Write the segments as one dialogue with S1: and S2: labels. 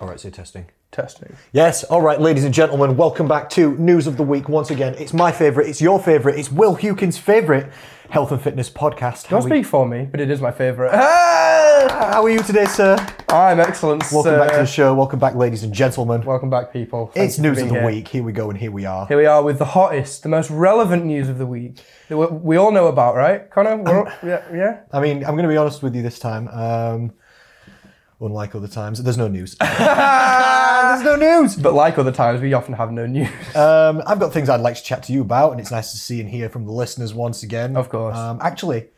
S1: All right, so testing.
S2: Testing.
S1: Yes, all right, ladies and gentlemen, welcome back to News of the Week once again. It's my favourite, it's your favourite, it's Will Hewkins' favourite health and fitness podcast. How,
S2: Don't
S1: are, you,
S2: speak for me, but it is my favourite. Ah!
S1: how are you today, sir?
S2: I'm excellent.
S1: Welcome
S2: sir.
S1: back to the show. Welcome back, ladies and gentlemen.
S2: Welcome back, people. Thank
S1: it's
S2: you for
S1: News of
S2: being
S1: the
S2: here.
S1: Week. Here we go, and here we are.
S2: Here we are with the hottest, the most relevant news of the week that we, we all know about, right, Connor? We're
S1: Um,
S2: all- yeah, yeah.
S1: I mean, I'm going to be honest with you this time. Um, unlike other times, there's no news. there's no news.
S2: But like other times, we often have no news.
S1: Um, I've got things I'd like to chat to you about, and it's nice to see and hear from the listeners once again.
S2: Of course.
S1: Um, actually,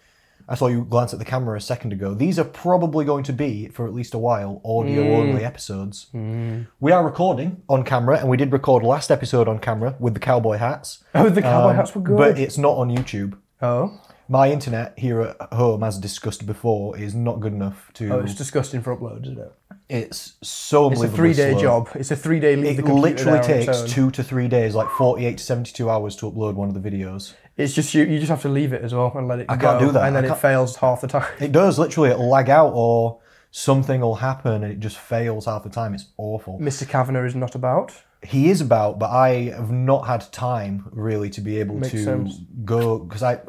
S1: I saw you glance at the camera a second ago. These are probably going to be, for at least a while, audio
S2: Mm.
S1: only episodes. We are recording on camera, and we did record last episode on camera with the cowboy hats.
S2: Oh, the
S1: Um,
S2: cowboy hats were good.
S1: But it's not on YouTube.
S2: oh,
S1: My internet here at home, as discussed before, is not good enough to.
S2: Oh, it's disgusting for upload, isn't it?
S1: it's so
S2: It's a
S1: Mm. unbelievably
S2: three-day
S1: slow.
S2: job. It's a three-day leave the
S1: It
S2: computer
S1: literally
S2: there on its
S1: takes
S2: own.
S1: two to three days, like 48 to 72 hours to upload one of the videos.
S2: It's just you. You just have to leave it as well and let it. I
S1: can't do that.
S2: And then
S1: I
S2: it
S1: can't-
S2: fails half the time.
S1: It does literally, it'll lag out or something will happen and it just fails half the time. It's awful.
S2: Mr. Kavanagh is not about.
S1: He is about, but I have not had time really to be able to
S2: sense.
S1: go because I,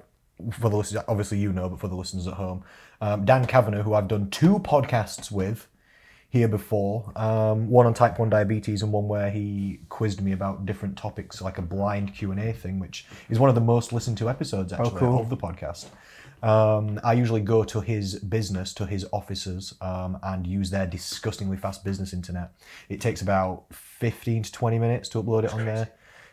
S1: for the listeners, obviously you know, but for the listeners at home, um, Dan Kavanagh, who I've done two podcasts with here before, um, one on type one diabetes and one where he quizzed me about different topics, like a blind Q and A thing, which is one of the most listened to episodes actually
S2: Oh, cool.
S1: of the podcast. Um, I usually go to his business, to his offices, um, and use their disgustingly fast business internet. It takes about 15 to 20 minutes to upload it on there.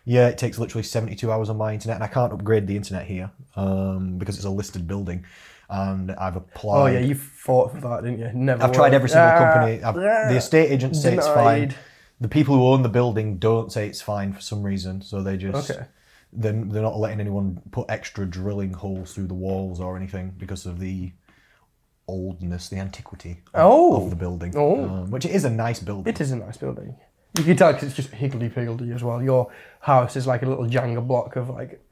S1: Yeah, it takes literally 72 hours on my internet, and I can't upgrade the internet here um, because it's a listed building. And I've applied.
S2: Oh yeah, you fought for that, didn't you? Never.
S1: I've tried
S2: worked.
S1: every single
S2: Ah,
S1: company. I've,
S2: yeah.
S1: The estate agents say it's fine.
S2: Denied.
S1: The people who own the building don't say it's fine for some reason, so they just
S2: Okay.
S1: they're, they're not letting anyone put extra drilling holes through the walls or anything because of the oldness, the antiquity of,
S2: Oh.
S1: of the building,
S2: Oh.
S1: Um, which it is a nice building.
S2: It is a nice building. You can tell 'cause it's just higgledy piggledy as well. Your house is like a little Jenga block of like,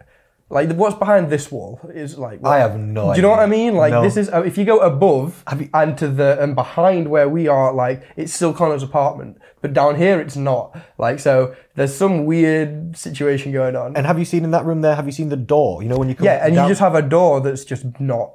S2: like what's behind this wall is like.
S1: I have no.
S2: Do you
S1: idea.
S2: know what I mean? Like
S1: No.
S2: this is uh, if you go above
S1: Have you-
S2: and to the and behind where we are, like it's still Connor's apartment, but down here it's not. Like so, there's some weird situation going on.
S1: And have you seen in that room there? Have you seen the door? You know when you come
S2: yeah, and
S1: down-
S2: you just have a door that's just not.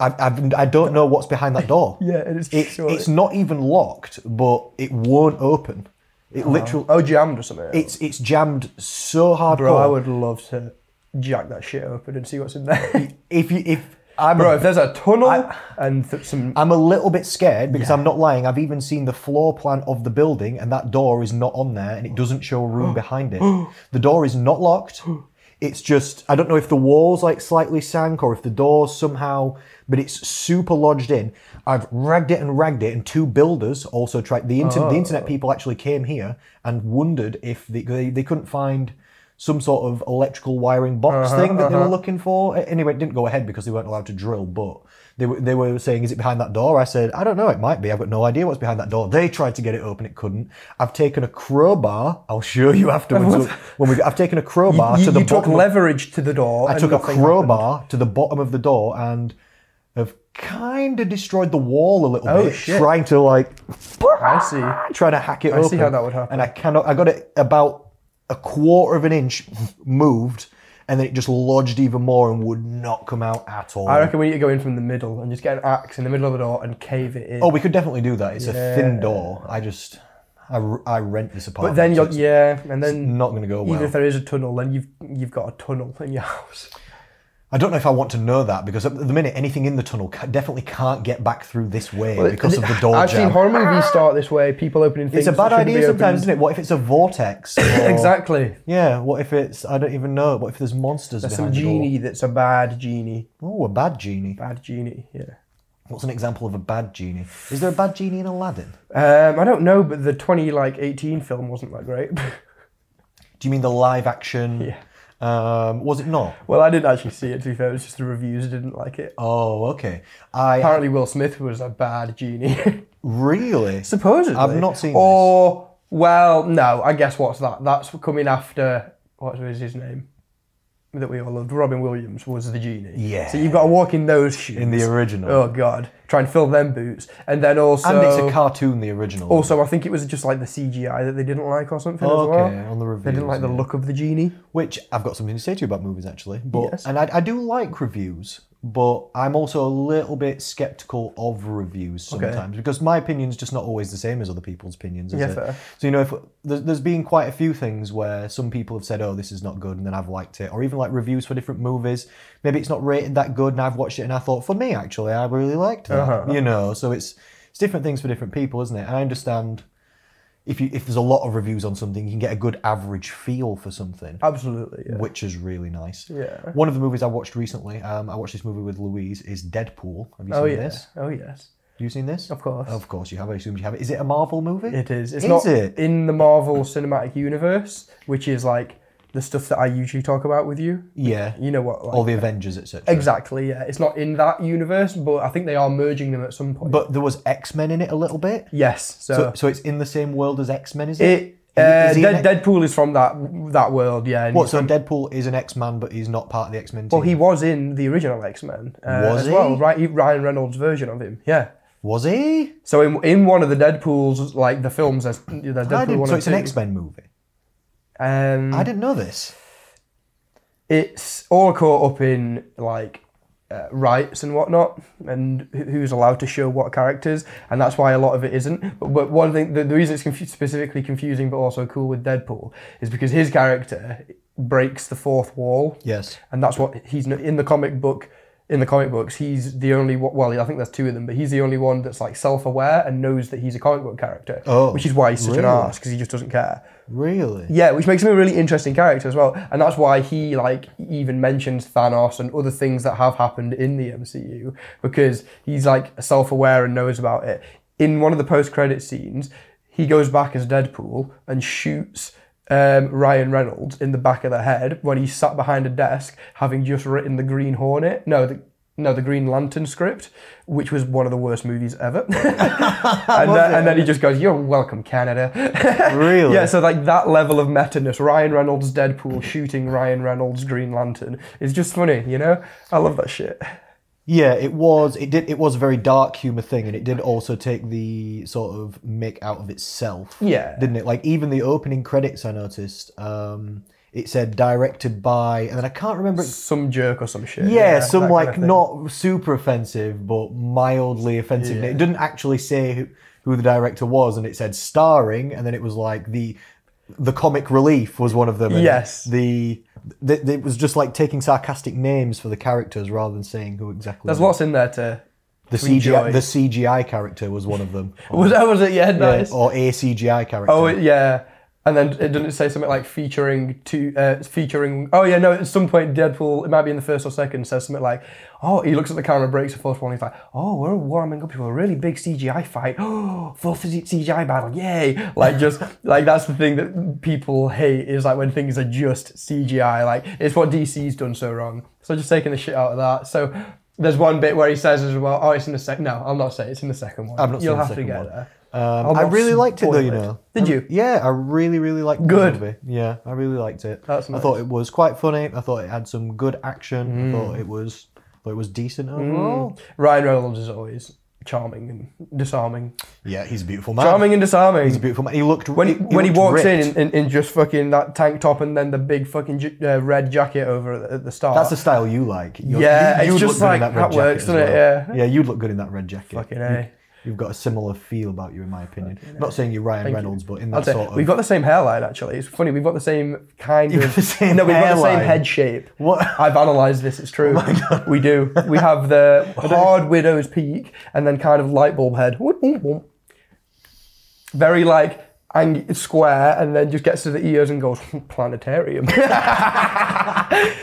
S1: I've, I've, I don't know what's behind that door.
S2: Yeah, and it's
S1: It-
S2: just short.
S1: it's not even locked, but it won't open. It literally
S2: oh jammed or something.
S1: It's it's jammed so hard,
S2: bro, I would love to jack that shit open and see what's in there.
S1: If you if I'm
S2: bro, if there's a tunnel and th- some
S1: I'm a little bit scared because I'm not lying. I've even seen the floor plan of the building, and that door is not on there, and it doesn't show a room behind it. The door is not locked. It's just I don't know if the walls like slightly sank or if the doors somehow, but it's super lodged in. I've ragged it and ragged it, and two builders also tried. The, inter- the internet people actually came here and wondered if they they, they couldn't find some sort of electrical wiring box thing that they were looking for. A- Anyway, it didn't go ahead because they weren't allowed to drill, but they were, they were saying, is it behind that door? I said, I don't know, it might be. I've got no idea what's behind that door. They tried to get it open, it couldn't. I've taken a crowbar. I'll show you afterwards when we I've taken a crowbar
S2: you,
S1: to the
S2: you took
S1: bottom. of-
S2: leverage to the door.
S1: I
S2: and
S1: took a
S2: nothing
S1: crowbar to the bottom of the door and have kind of destroyed the wall a little bit,
S2: Oh, shit.
S1: trying to like
S2: happened. I see.
S1: trying to hack it
S2: see
S1: open.
S2: how that would happen.
S1: And I cannot. I got it about a quarter of an inch moved, and then it just lodged even more and would not come out at all.
S2: I reckon we need to go in from the middle and just get an axe in the middle of the door and cave it in.
S1: oh, we could definitely do that. It's a thin door. I just, I, r- I rent this apartment.
S2: but then
S1: so
S2: you're yeah, and then
S1: it's not going to go
S2: even
S1: well.
S2: if there is a tunnel, then you've you've got a tunnel in your house.
S1: I don't know if I want to know that because at the minute anything in the tunnel ca- definitely can't get back through this way because of the door
S2: I've
S1: jam.
S2: seen horror movies start this way. People opening things.
S1: it's a bad
S2: that shouldn't
S1: idea
S2: be
S1: sometimes,
S2: opened.
S1: isn't it? What if it's a vortex? or-
S2: Exactly.
S1: Yeah. What if it's I don't even know. What if there's monsters
S2: Some
S1: behind the door?
S2: genie that's a bad genie.
S1: Oh, a bad genie.
S2: Bad genie. Yeah.
S1: What's an example of a bad genie? Is there a bad genie in Aladdin?
S2: Um, I don't know, but the twenty like eighteen film wasn't that great.
S1: Do you mean the live action?
S2: Yeah.
S1: Um, was it not?
S2: well, I didn't actually see it. To be fair, it was just the reviews didn't like it.
S1: Oh, okay. I
S2: Apparently, Will Smith was a bad genie.
S1: really.
S2: Supposedly.
S1: I've not seen
S2: Or, well, no, I guess what's that? That's coming after, what was his name? that we all loved, Robin Williams, was the genie.
S1: Yeah.
S2: So you've got to walk in those shoes.
S1: In the original.
S2: Oh God, try and fill them boots, and then also.
S1: and it's a cartoon, the original.
S2: also, I think it was just like the CGI that they didn't like or something as well.
S1: Okay, on the
S2: They didn't like the
S1: reviews,
S2: look of the genie.
S1: which I've got something to say to you about movies actually. But
S2: Yes.
S1: and I, I do like reviews, but I'm also a little bit skeptical of reviews sometimes because my opinion's just not always the same as other people's opinions. Is
S2: Yeah,
S1: it?
S2: fair.
S1: So you know, if there's, there's been quite a few things where some people have said, "Oh, this is not good," and then I've liked it, or even like reviews for different movies. Maybe it's not rated that good, and I've watched it and I thought, for me actually, I really liked that.
S2: Uh-huh.
S1: You know, so it's it's different things for different people, isn't it? And I understand. If, you, if there's a lot of reviews on something, you can get a good average feel for something
S2: Absolutely. Yeah.
S1: which is really nice.
S2: Yeah.
S1: One of the movies I watched recently, um, I watched this movie with Louise, is Deadpool. Have you seen
S2: Oh yes.
S1: this?
S2: Oh yes.
S1: Have you seen this?
S2: Of course.
S1: Of course you have. I assume you have it. Is it a Marvel movie?
S2: It is. It's
S1: Is
S2: not
S1: it?
S2: in the Marvel Cinematic Universe, which is like the stuff that I usually talk about with you.
S1: Yeah.
S2: You know what? Like,
S1: Or the Avengers, etc.
S2: Exactly. Yeah. It's not in that universe, but I think they are merging them at some point.
S1: But there was X Men in it a little bit.
S2: yes. So,
S1: So, so it's in the same world as X Men, is it?
S2: it. Uh,
S1: Is he an-
S2: Dead- Deadpool is from that that world. Yeah. and
S1: What?
S2: he's
S1: So
S2: from-
S1: Deadpool is an X Man, but he's not part of the X Men team.
S2: well, he was in the original X Men uh,
S1: Was
S2: as well,
S1: he?
S2: right? He- Ryan Reynolds' version of him. Yeah.
S1: was he?
S2: So in, in one of the Deadpool's like the films, there's, there's
S1: I
S2: Deadpool
S1: didn't,
S2: one
S1: so
S2: and
S1: it's an
S2: two.
S1: X Men movie.
S2: Um,
S1: I didn't know this.
S2: it's all caught up in like uh, rights and whatnot, and who- who's allowed to show what characters, and that's why a lot of it isn't. But, but one thing, the, the reason it's confu- specifically confusing but also cool with Deadpool is because his character breaks the fourth wall.
S1: Yes.
S2: and that's what he's n- in the comic book. In the comic books, he's the only one. Well, I think there's two of them, but he's the only one that's like self-aware and knows that he's a comic book character,
S1: Oh,
S2: which is why he's such an
S1: really?
S2: ass because he just doesn't care.
S1: Really?
S2: Yeah, which makes him a really interesting character as well, and that's why he like even mentions Thanos and other things that have happened in the MCU because he's like self-aware and knows about it. In one of the post-credit scenes, he goes back as Deadpool and shoots um, Ryan Reynolds in the back of the head when he's sat behind a desk having just written the Green Hornet. No, the no, the Green Lantern script, which was one of the worst movies ever. and, then, and then he just goes, You're welcome, Canada.
S1: Really?
S2: Yeah, so like that level of meta-ness, Ryan Reynolds Deadpool shooting Ryan Reynolds Green Lantern is just funny, you know? I love that shit.
S1: Yeah, it was. It did. It was a very dark humor thing, and it did also take the sort of mick out of itself.
S2: Yeah.
S1: didn't it? Like even the opening credits, I noticed. Um, it said directed by, and then I can't remember. It,
S2: Some jerk or some shit.
S1: yeah,
S2: that
S1: some
S2: kind
S1: like
S2: of thing.
S1: not super offensive, but mildly offensive. name. It didn't actually say who, who the director was, and it said starring, and then it was like the the comic relief was one of them. and
S2: Yes.
S1: the. th th- It was just like taking sarcastic names for the characters rather than saying who exactly.
S2: There's lots in there to
S1: The
S2: to enjoy.
S1: CGI, the CGI character was one of them. Or,
S2: Was that was it? Yeah, nice.
S1: or a CGI character.
S2: Oh yeah. And then it doesn't say something like featuring two, uh, featuring. Oh yeah, no. At some point, Deadpool, it might be in the first or second, says something like, "Oh, he looks at the camera, breaks the fourth wall, and he's like, oh, we're warming up to a really big CGI fight. Oh, full C- CGI battle, yay!' Like just like that's the thing that people hate is like when things are just CGI. Like it's what DC's done so wrong. So just taking the shit out of that. So there's one bit where he says as well, oh, it's in the second. No, I'll not say it's in the second one.
S1: I've not seen
S2: You'll
S1: the
S2: have
S1: second
S2: to get
S1: one.
S2: there. I'll
S1: Um, I
S2: not
S1: really liked it though,
S2: spoil
S1: you
S2: it.
S1: know.
S2: Did
S1: I-
S2: you?
S1: yeah, I really, really liked
S2: Good.
S1: the movie. Yeah, I really liked it.
S2: That's
S1: I thought it was quite funny. I thought it had some good
S2: Mm.
S1: action. I thought it was, I thought it was decent overall.
S2: Ryan Reynolds is always charming and disarming.
S1: Yeah, he's a beautiful man.
S2: Charming and
S1: He's a
S2: disarming.
S1: beautiful man. He looked
S2: When he, when he
S1: Mm. looked
S2: walks in,
S1: ripped.
S2: in in just fucking that tank top and then the big fucking j- uh, red jacket over at the, at the start.
S1: that's the style you like. You're-
S2: Yeah,
S1: you,
S2: it's
S1: you'd
S2: just
S1: look good
S2: like,
S1: in that, red
S2: that works,
S1: jacket as
S2: doesn't it?
S1: well. Yeah, you'd look good in that red jacket.
S2: fucking A.
S1: You've got a similar feel about you, in my opinion. Not saying you're Ryan Reynolds, but in
S2: I'll
S1: that
S2: say,
S1: sort of
S2: we've got the same hairline actually. It's funny. We've got the same kind
S1: You've
S2: of.
S1: got the same
S2: no, we've got the same
S1: hairline.
S2: head shape.
S1: What? Oh
S2: I've analysed this. It's true. We do. We have the hard widow's peak and then kind of light bulb head. Whoop, whoop, whoop. Very like ang- square and then just gets to the ears and goes planetarium.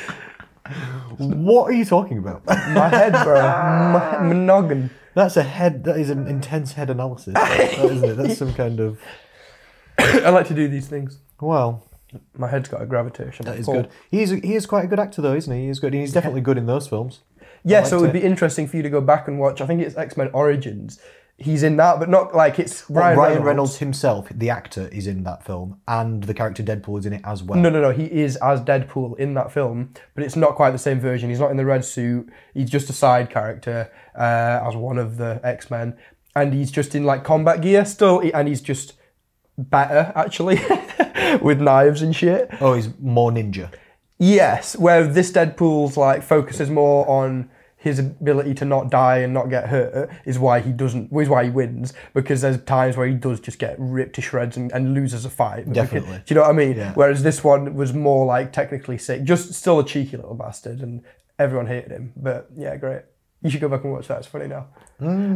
S1: What are you talking about?
S2: My head, bro. My, my noggin.
S1: That's a head. That is an intense head analysis, that, isn't it? That's some kind of.
S2: I like to do these things.
S1: Well,
S2: My head's got a gravitation.
S1: that is
S2: pull.
S1: good. He's he is quite a good actor, though, isn't he? He's good. He's definitely good in those films.
S2: Yeah,
S1: I
S2: so it
S1: liked
S2: would be interesting for you to go back and watch. I think it's X Men Origins he's in that, but not like it's
S1: Ryan,
S2: Ryan,
S1: Reynolds. himself, the actor, is in that film, and the character Deadpool is in it as well.
S2: No, no, no. He is as Deadpool in that film, but it's not quite the same version. He's not in the red suit. He's just a side character uh, as one of the X Men, and he's just in like combat gear still, he- and he's just better actually with knives and shit.
S1: Oh, he's more ninja.
S2: Yes, where this Deadpool's like focuses more on his ability to not die and not get hurt is why he doesn't is why he wins because there's times where he does just get ripped to shreds and, and loses a fight But because-
S1: Definitely.
S2: do you know what I mean whereas this one was more like technically sick just still a cheeky little bastard and everyone hated him but yeah great you should go back and watch that it's funny now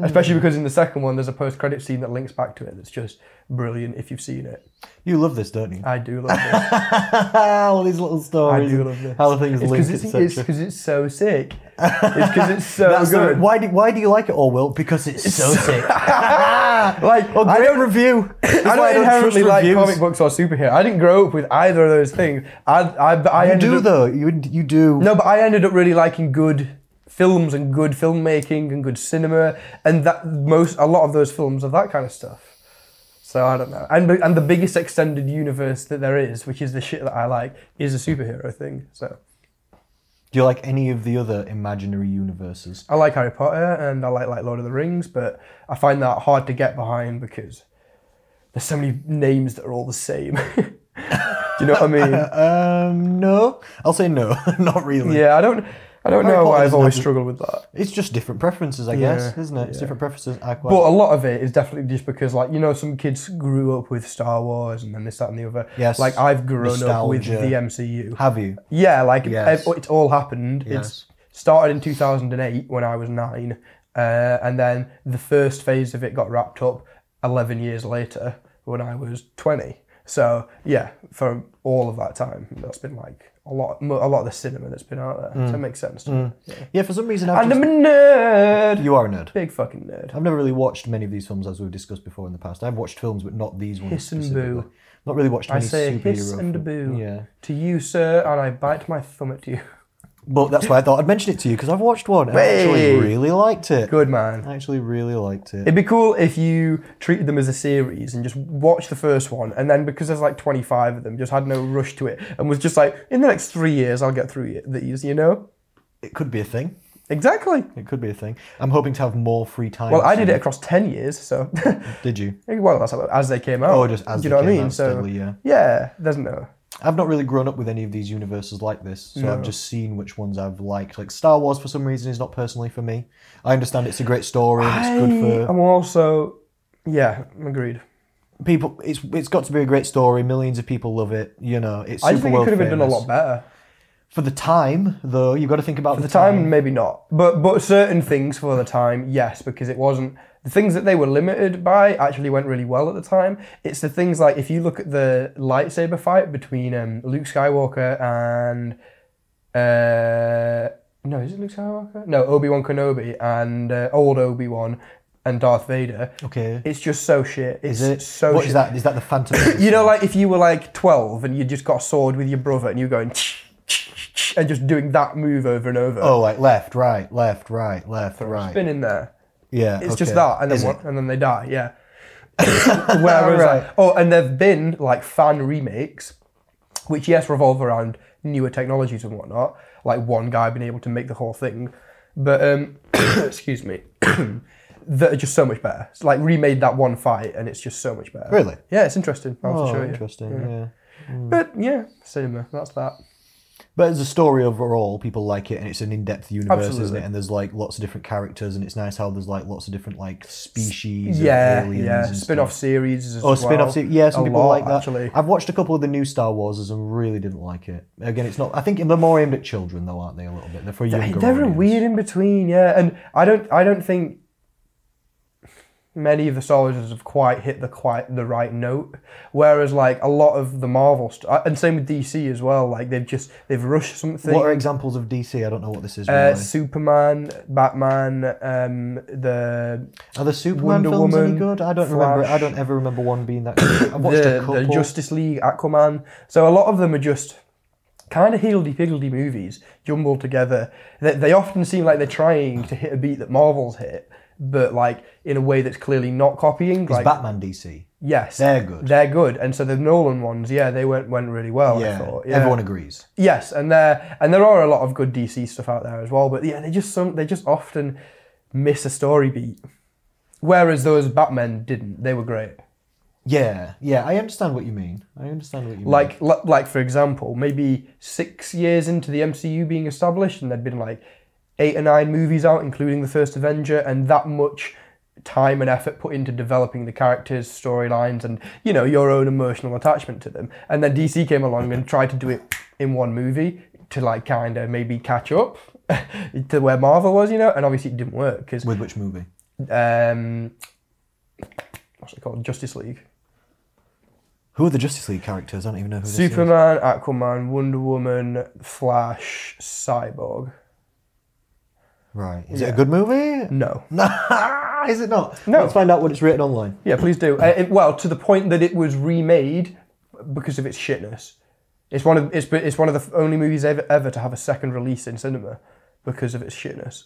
S2: especially because in the second one there's a post credit scene that links back to it that's just brilliant if you've seen it
S1: You love this, don't you?
S2: I do love it
S1: All these little
S2: Ah. I
S1: stories.
S2: do
S1: and
S2: love this.
S1: How things
S2: it's
S1: link,
S2: because it's, it's,
S1: etc.
S2: 'cause it's so sick. It's because it's so
S1: That's the-
S2: good.
S1: why do why do you like it, Orwell? Because it's, so sick.
S2: like
S1: Oh,
S2: I
S1: great
S2: don't,
S1: review. That's
S2: I
S1: why
S2: don't inherently
S1: trust
S2: like
S1: reviews.
S2: comic books or superhero. I didn't grow up with either of those things. I I, I
S1: You
S2: ended
S1: do
S2: up,
S1: though. You you do.
S2: No, but I ended up really liking good films and good filmmaking and good cinema and that most a lot of those films are that kind of stuff. So I don't know. And and the biggest extended universe that there is, which is the shit that I like, is a superhero thing. So
S1: Do you like any of the other imaginary universes?
S2: I like Harry Potter and I like like Lord of the Rings, but I find that hard to get behind because there's so many names that are all the same. Do you know what I mean?
S1: Um, no. I'll say no. Not really.
S2: Yeah, I don't I don't
S1: Harry
S2: know
S1: Potter
S2: why I've
S1: doesn't
S2: always
S1: have-
S2: struggled with that.
S1: It's just different preferences, I
S2: Yeah,
S1: guess, isn't it? It's different preferences. I quite.
S2: But a lot of it is definitely just because, like, you know, some kids grew up with Star Wars and then this, that, and the other.
S1: Yes.
S2: Like, I've grown up with the
S1: Nostalgia.
S2: MCU.
S1: have you?
S2: Yeah, like
S1: Yes.
S2: ev- it's all happened.
S1: Yes.
S2: It's started in 2008 when I was nine, uh, and then the first phase of it got wrapped up 11 years later when I was 20. So yeah, for all of that time, that's been like a lot, mo- a lot of the cinema that's been out there.
S1: Mm.
S2: So it makes sense. to me.
S1: Yeah. For some reason, I've
S2: And
S1: just-
S2: I'm a nerd,
S1: you are a nerd.
S2: big fucking nerd.
S1: I've never really watched many of these films as we've discussed before in the past. I've watched films, but not these ones
S2: Hiss and
S1: specifically.
S2: boo.
S1: Not really watched
S2: I
S1: many
S2: say
S1: superhero
S2: hiss and
S1: films.
S2: boo
S1: Yeah,
S2: to you, sir, and I bite my thumb at you.
S1: but that's why I thought I'd mention it to you because I've watched one. And I actually
S2: Wait.
S1: really liked it.
S2: Good man.
S1: I actually really liked it.
S2: It'd be cool if you treated them as a series and just watched the first one, and then because there's like 25 of them, just had no rush to it, and was just like, in the next three years, I'll get through it- these, you know?
S1: It could be a thing.
S2: Exactly.
S1: It could be a thing. I'm hoping to have more free time.
S2: Well, I did
S1: soon.
S2: it across 10 years, so.
S1: Did you?
S2: well, that's how- as they came out.
S1: Oh, just as
S2: Do
S1: they
S2: you know what I
S1: came
S2: mean?
S1: out
S2: so,
S1: steadily, yeah.
S2: yeah, there's no.
S1: I've not really grown up with any of these universes like this, so I've just seen which ones I've liked. Like Star Wars, for some reason, is not personally for me. I understand it's a great story and it's
S2: I-
S1: good for
S2: I'm also. Yeah, I'm agreed.
S1: people. It's it's got to be a great story. Millions of people love it. You know, it's super
S2: I just think it
S1: world
S2: could have been done a
S1: famous.
S2: lot better.
S1: for the time, though. You've got to think about
S2: For the time, maybe not. But but certain things for the time, yes, because it wasn't the things that they were limited by actually went really well at the time. It's the things like if you look at the lightsaber fight between um, Luke Skywalker and uh, no, is it Luke Skywalker? No, Obi Wan Kenobi and uh, old Obi Wan and Darth Vader.
S1: Okay,
S2: It's just so shit. It's
S1: is it?
S2: so
S1: what
S2: shit.
S1: is that? Is that the Phantom? Menace?
S2: You know, like if you were like 12 and you just got a sword with your brother and you're going and just doing that move over and over
S1: oh, like left, right, left, right, left, right.
S2: spin in there.
S1: yeah,
S2: It's just
S1: okay.
S2: that, and then
S1: Is it?
S2: one, and then they die. Yeah. Whereas, like,
S1: Right.
S2: oh, and there've been like fan remakes, which yes revolve around newer technologies and whatnot. Like one guy being able to make the whole thing, but um, excuse me, that are just so much better. It's like remade that one fight, and it's just so much better.
S1: Really?
S2: Yeah, it's interesting. I'll have to
S1: Oh,
S2: show you.
S1: interesting. yeah.
S2: But yeah, cinema. That's that.
S1: But as a story overall, people like it, and it's an in-depth universe, isn't it?
S2: Absolutely.
S1: And there's like lots of different characters, and it's nice how there's like lots of different like species.
S2: yeah,
S1: of aliens
S2: yeah.
S1: and
S2: Spin-off
S1: stuff.
S2: series. As
S1: Oh,
S2: well.
S1: spin-off. se- Yeah, some
S2: A
S1: people
S2: lot,
S1: like that.
S2: Actually,
S1: I've watched a couple of the new Star Warses and really didn't like it. Again, it's not. I think they're more aimed at children, though, aren't they? A little bit. They're for younger.
S2: They're a
S1: audience.
S2: weird in between, yeah. And I don't, I don't think many of the Star Wars have quite hit the quite the right note. Whereas like a lot of the Marvel stuff, and same with DC as well. Like they've just they've rushed something.
S1: What are examples of DC? I don't know what this is.
S2: uh,
S1: Really.
S2: Superman, Batman, um, the
S1: Are the Superman
S2: Wonder
S1: films any
S2: Woman,
S1: good? I don't remember. I
S2: Flash.
S1: don't ever remember one being that. good. I've watched
S2: the,
S1: a couple.
S2: the Justice League, Aquaman. So a lot of them are just kind of higgledy piggledy movies jumbled together. They, they often seem like they're trying to hit a beat that Marvel's hit, but like in a way that's clearly not copying. Like,
S1: Batman DC.
S2: yes,
S1: They're good.
S2: They're good, and so the Nolan ones, yeah, they went went really well. I thought. yeah.
S1: Everyone agrees.
S2: Yes, and there and there are a lot of good DC stuff out there as well. But yeah, they just some they just often miss a story beat. Whereas those Batmen didn't. They were great.
S1: Yeah, yeah, I understand what you mean. I understand what you mean.
S2: Like li- like for example, maybe six years into the MCU being established, and there'd been like eight or nine movies out, including the first Avenger, and that much time and effort put into developing the characters, storylines, and you know your own emotional attachment to them. And then DC came along and tried to do it in one movie to like kind of maybe catch up to where Marvel was, you know. And obviously it didn't work because
S1: with which movie?
S2: um, what's it called? Justice League.
S1: Who are the Justice League characters? I don't even know who this is.
S2: Superman, Aquaman, Wonder Woman, Flash, Cyborg.
S1: Right. Is it a good movie?
S2: No.
S1: No. is it not?
S2: Mm. No.
S1: Let's find out what it's rated online.
S2: Yeah, please do. Uh, it- well, to the point that it was remade because of its shitness. It's one of it's it's one of the only movies ever ever to have a second release in cinema because of its shitness.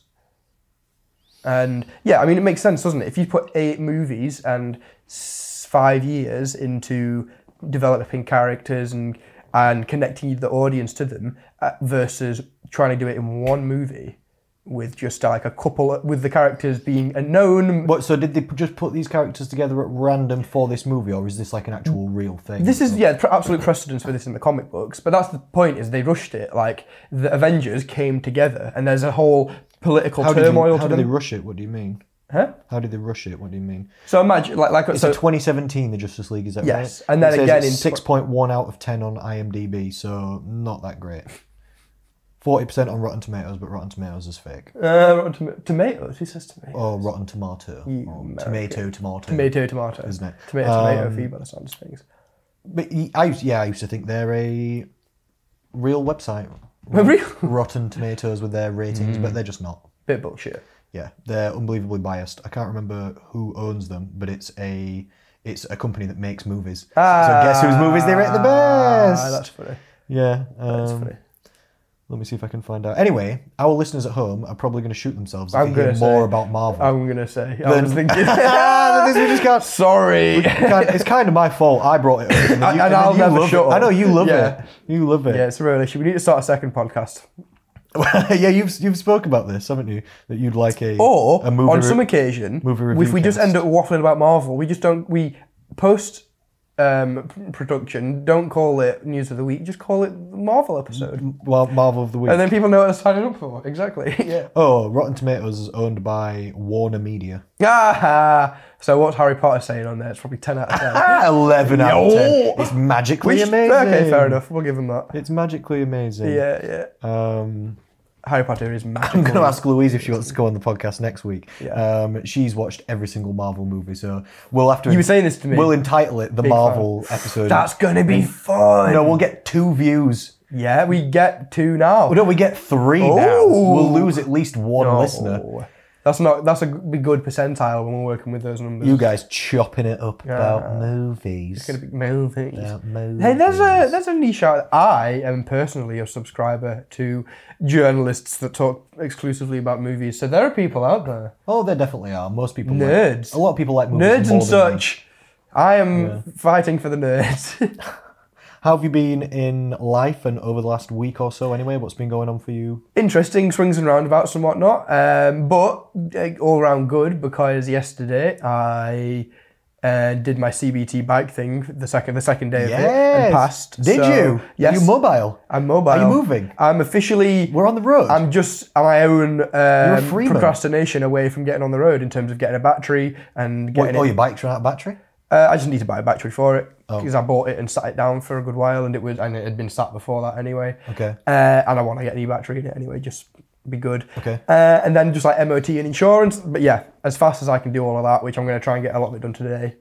S2: And yeah, I mean, it makes sense, doesn't it? If you put eight movies and s- five years into developing characters and and connecting the audience to them uh, versus trying to do it in one movie with just like a couple with the characters being a known
S1: But so did they p- just put these characters together at random for this movie, or is this like an actual real thing?
S2: This is yeah, pr- absolute precedence for this in the comic books. But that's the point is they rushed it. Like the Avengers came together, and there's a whole political
S1: how did you-
S2: turmoil
S1: how
S2: to
S1: did they
S2: them.
S1: rush it? What do you mean?
S2: Huh?
S1: How did they rush it? What do you mean?
S2: So imagine like like
S1: So
S2: so
S1: 2017, the Justice League is that
S2: Yes,
S1: right?
S2: and then
S1: It says
S2: again
S1: it's
S2: in tw-
S1: 6.1 out of 10 on IMDb, so not that great. 40% on Rotten Tomatoes, but Rotten Tomatoes is fake.
S2: uh, Rotten Toma- tomatoes. Who says tomato?
S1: Or Rotten Tomato, or Tomato Tomato.
S2: Tomato, tomato,
S1: Isn't it? Um,
S2: Tomato, tomato. for you by the sounds of things.
S1: But y- I used, yeah, I used to think they're a real website.
S2: A real- Mm.
S1: Rotten Tomatoes with their ratings, but they're just not.
S2: Bit bullshit.
S1: Yeah, they're unbelievably biased. I can't remember who owns them, but it's a it's a company that makes movies. so guess whose movies they rate the
S2: Ah,
S1: best?
S2: That's funny.
S1: yeah,
S2: That's
S1: um,
S2: funny.
S1: Let me see if I can find out. Anyway, our listeners at home are probably going to shoot themselves if
S2: I'm
S1: they hear
S2: gonna
S1: more
S2: say-
S1: about Marvel.
S2: I'm gonna say. I was
S1: Then-
S2: thinking.
S1: Ah, this- we just can't-
S2: Sorry.
S1: Kind- it's kind of my fault. I brought it up. And, then
S2: And-
S1: you-
S2: and
S1: then
S2: I'll
S1: you
S2: never
S1: love
S2: shut
S1: it. I know you
S2: up.
S1: love
S2: Yeah.
S1: it. You love it.
S2: yeah, it's a real issue. We need to start a second podcast.
S1: yeah, you've you've spoke about this, haven't you? That you'd like a
S2: Or
S1: a movie
S2: on
S1: re-
S2: some occasion,
S1: movie
S2: if
S1: review
S2: we just
S1: cast.
S2: end up waffling about Marvel, we just don't we post um, p- production don't call it news of the week, just call it Marvel episode,
S1: Well, Marvel of the week.
S2: and then people know what they're signing up for. Exactly. yeah.
S1: oh, Rotten Tomatoes is owned by Warner Media.
S2: Ah, so what's Harry Potter saying on there? It's probably ten out of ten.
S1: Ah, Eleven out of ten.
S2: Yo.
S1: It's magically
S2: Which-
S1: amazing.
S2: Okay, fair enough. We'll give them that.
S1: It's magically amazing.
S2: Yeah, yeah.
S1: Um,
S2: Harry Potter is magical.
S1: I'm going to ask Louise if she wants to go on the podcast next week.
S2: Yeah.
S1: Um, she's watched every single Marvel movie, so we'll have to.
S2: You were saying this to me.
S1: We'll entitle it the Marvel episode.
S2: That's gonna be fun.
S1: no, we'll get two views.
S2: Yeah, we get two now.
S1: No, we get three now.
S2: Ooh.
S1: We'll lose at least one
S2: Oh.
S1: listener.
S2: That's not. That's a g- good percentile when we're working with those numbers.
S1: You guys chopping it up about movies.
S2: Gonna be movies.
S1: About movies.
S2: Hey, there's a there's a niche out. I am personally a subscriber to journalists that talk exclusively about movies. So there are people out there,
S1: oh, there definitely are. Most people
S2: Nerds.
S1: Like, a lot of people like movies.
S2: nerds
S1: Oh, more
S2: and
S1: than me.
S2: such. I am fighting for the nerds.
S1: How have you been in life and over the last week or so? Anyway, what's been going on for you?
S2: Interesting swings and roundabouts and whatnot, um, but uh, all round good because yesterday I. Uh, did my CBT bike thing the second the second day of it and passed.
S1: Did
S2: So,
S1: you?
S2: Yes.
S1: Are you mobile?
S2: I'm mobile.
S1: Are you moving?
S2: I'm officially.
S1: We're on the road.
S2: I'm just my own um,
S1: freeman.
S2: procrastination away from getting on the road in terms of getting a battery and
S1: Wait,
S2: getting.
S1: oh,
S2: it.
S1: your bike's run out of battery?
S2: Uh, I just need to buy a battery for it
S1: Oh.
S2: because I bought it and sat it down for a good while, and it was and it had been sat before that anyway.
S1: Okay.
S2: Uh, and I want to get a new battery in it anyway, just be good.
S1: Okay.
S2: Uh, and then just like MOT and insurance, but yeah, as fast as I can do all of that, which I'm going to try and get a lot of it done today.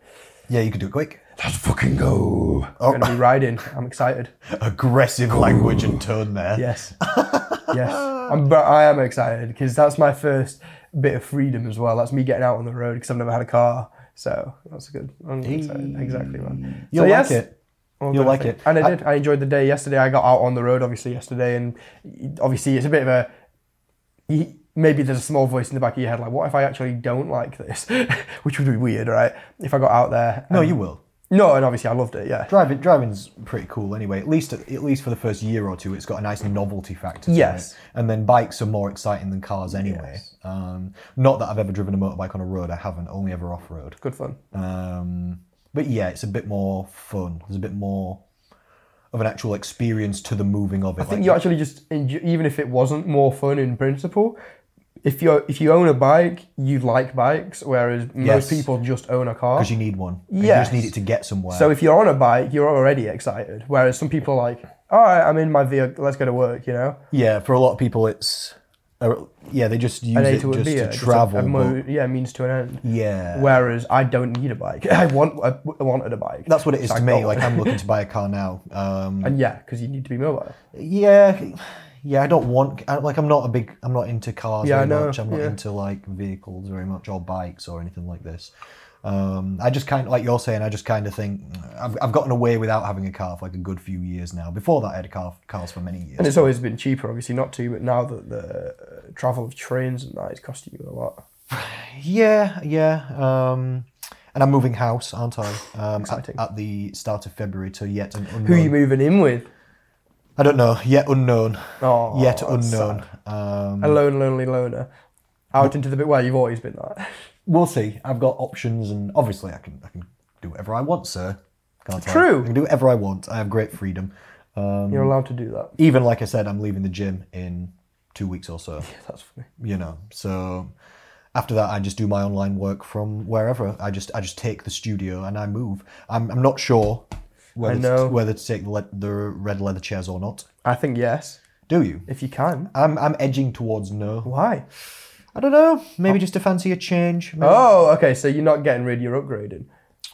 S1: Yeah, you could do it quick.
S2: Let's fucking go!
S1: Oh.
S2: I'm going to be riding. I'm excited.
S1: Aggressive language and tone there.
S2: Yes. yes. I'm, but I am excited because that's my first bit of freedom as well. That's me getting out on the road because I've never had a car. So that's good. I'm excited. Exactly, man.
S1: You'll
S2: so,
S1: like
S2: yes.
S1: it.
S2: all
S1: You'll
S2: good, I
S1: like
S2: think.
S1: it.
S2: And I
S1: I-
S2: did. I enjoyed the day yesterday. I got out on the road, obviously, yesterday. And obviously, it's a bit of a. You, maybe there's a small voice in the back of your head like, what if I actually don't like this? Which would be weird, right? If I got out there.
S1: No, you will.
S2: No, and obviously I loved it, yeah.
S1: Driving driving's pretty cool anyway. At least at least for the first year or two, it's got a nice novelty factor. To
S2: Yes.
S1: it. And then bikes are more exciting than cars anyway. Um, not that I've ever driven a motorbike on a road. I haven't. Only ever off road.
S2: Good fun.
S1: Um, but yeah, it's a bit more fun. There's a bit more of an actual experience to the moving of it.
S2: I think you actually just enjoy, even if it wasn't more fun in principle, if you if you own a bike, you like bikes, whereas
S1: Yes.
S2: most people just own a car.
S1: because you need one. And You just
S2: Yes.
S1: need it to get somewhere.
S2: So if you're on a bike, you're already excited. Whereas some people are like, all right, I'm in my vehicle, let's go to work, you know?
S1: yeah, for a lot of people, it's uh, yeah they just use
S2: An
S1: it
S2: A to a
S1: just
S2: B,
S1: to
S2: it's a-
S1: travel.
S2: a mo-
S1: but-
S2: yeah, means to an end.
S1: yeah.
S2: Whereas I don't need a bike. I want I w- wanted a bike.
S1: that's what it is
S2: So I
S1: to me.
S2: got
S1: Like
S2: one.
S1: I'm looking to buy a car now. Um,
S2: and yeah, because you need to be mobile.
S1: Yeah, yeah. I don't want I, like I'm not a big I'm not into cars
S2: Yeah, I
S1: very
S2: know,
S1: much. I'm not
S2: yeah.
S1: into like vehicles very much or bikes or anything like this. Um, I just kind of like you're saying. I just kind of think I've, I've gotten away without having a car for like a good few years now. Before that, I had a car cars for many years.
S2: And it's always been cheaper, obviously not to, but now that the uh, travel of trains and that is costing you a lot.
S1: Yeah, yeah. Um, and I'm moving house, aren't I? Um, at,
S2: Exciting.
S1: at the start of February to yet an unknown.
S2: Who are you moving in with?
S1: I don't know. Yet unknown.
S2: Oh,
S1: yet
S2: that's
S1: unknown. Um,
S2: A lone, lonely loner. Out into the bit. Well, you've always been that.
S1: we'll see. I've got options, and obviously, I can I can do whatever I want, sir. Can't I?
S2: True.
S1: I can do whatever I want. I have great freedom. Um,
S2: You're allowed to do that.
S1: even like I said, I'm leaving the gym in two weeks or so.
S2: Yeah, that's funny.
S1: You know, so after that, I just do my online work from wherever. I just I just take the studio and I move. I'm I'm not sure whether
S2: know.
S1: To, whether to take the, le- the red leather chairs or not.
S2: I think yes,
S1: Do you?
S2: if you can.
S1: I'm I'm edging towards no.
S2: Why?
S1: I don't know. Maybe just to fancy a change. Maybe
S2: Oh, okay. So you're not getting rid. You're upgrading,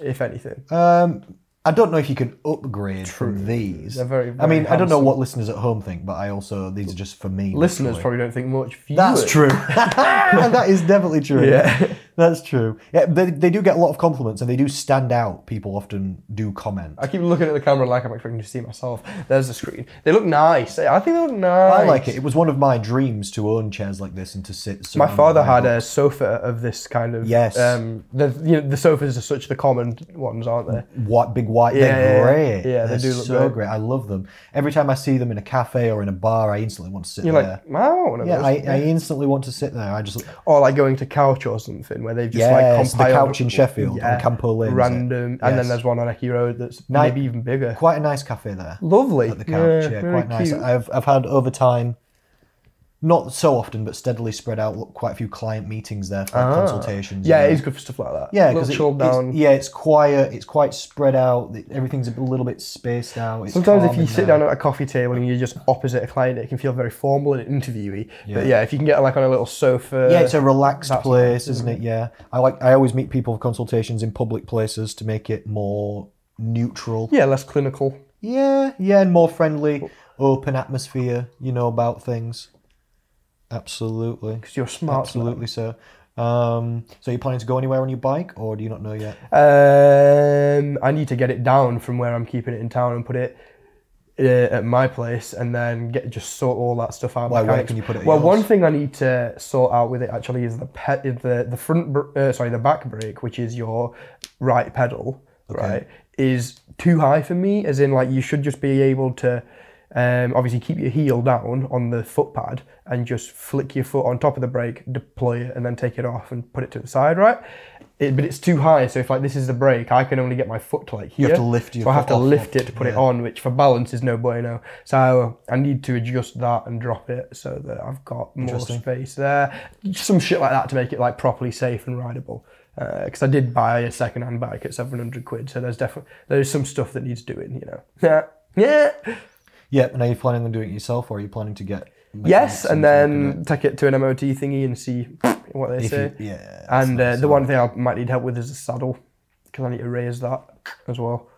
S2: if anything.
S1: Um, I don't know if you can upgrade from these.
S2: They're very,
S1: I
S2: very
S1: mean, I don't know what listeners at home think, but I also these are just for me.
S2: Listeners
S1: literally.
S2: probably don't think much. Viewers.
S1: That's true. that is definitely true.
S2: Yeah.
S1: That's true. Yeah, they, they do get a lot of compliments and they do stand out. People often do comment.
S2: I keep looking at the camera like I'm expecting to see myself. There's the screen. They look nice. I think they look nice.
S1: I like it. It was one of my dreams to own chairs like this and to sit.
S2: My
S1: surrounded
S2: father
S1: by
S2: had
S1: books.
S2: a sofa of this kind of.
S1: Yes.
S2: Um, the, you know, the sofas are such the common ones, aren't they?
S1: white, big white.
S2: Yeah,
S1: they're
S2: yeah,
S1: great.
S2: yeah. Yeah, they
S1: they're
S2: do look
S1: so
S2: great.
S1: great. I love them. Every time I see them in a cafe or in a bar, I instantly want to sit
S2: You're
S1: there.
S2: like, I want one of
S1: yeah,
S2: those.
S1: I, I instantly want to sit there. I just
S2: or like going to Couch or something where they've just like
S1: Yes, the
S2: compiled
S1: Couch in Sheffield, on Campo Lane, is it?
S2: random, and
S1: Yes.
S2: then there's one on Ecky Road that's
S1: Night-
S2: maybe even bigger.
S1: quite a nice cafe there.
S2: Lovely.
S1: At the couch, yeah,
S2: very
S1: quite nice.
S2: cute.
S1: I've I've had over time, not so often, but steadily spread out look, quite a few client meetings there for like, consultations.
S2: Ah. yeah,
S1: and
S2: it is good for stuff like that.
S1: that. yeah,
S2: a little
S1: it-
S2: chilled
S1: it's-
S2: down.
S1: yeah, it's quiet. It's quite spread out. it- Everything's a little bit spaced out. It's
S2: Sometimes
S1: calm
S2: if you
S1: in
S2: sit
S1: there.
S2: down at a coffee table and you're just opposite a client, it can feel very formal and interviewy.
S1: Yeah.
S2: But yeah, if you can get like on a little sofa,
S1: yeah, it's a relaxed
S2: that's
S1: place, isn't
S2: mm.
S1: it? Yeah, I like. I always meet people for consultations in public places to make it more neutral.
S2: yeah, less clinical.
S1: Yeah, yeah, and more friendly, open atmosphere, you know, about things. Absolutely.
S2: Because you're smart.
S1: Absolutely, sir. Um, so, you're planning to go anywhere on your bike, or do you not know yet?
S2: Um, I need to get it down from where I'm keeping it in town and put it uh, at my place, and then get just sort all that stuff out.
S1: Why- where
S2: Mechanics-
S1: can you put it at
S2: Well,
S1: yours?
S2: one thing I need to sort out with it actually is the pet, the the front, br- uh, sorry, the back brake, which is your right pedal, right, is too high for me. As in, like you should just be able to. Um, obviously, keep your heel down on the foot pad and just flick your foot on top of the brake, deploy it, and then take it off and put it to the side, right? It, but it's too high, so if like this is the brake, I can only get my foot to like here.
S1: have to lift your
S2: so I have
S1: foot
S2: to
S1: off
S2: lift
S1: it,
S2: it to put it
S1: yeah.
S2: on, which for balance is no bueno. So I need to adjust that and drop it so that I've got more space there. Just some shit like that to make it like properly safe and rideable. Because I did buy a second-hand bike at seven hundred quid, so there's definitely there's some stuff that needs doing, you know. Yeah, yeah.
S1: Yeah, and are you planning on doing it yourself, or are you planning to get. mechanics
S2: Yes, and
S1: to look
S2: then take it to an MOT thingy and see what
S1: at
S2: they say.
S1: it? If you- yeah. that's
S2: And uh,
S1: nice.
S2: the one thing I might need help with is a saddle, because I need to raise that as well,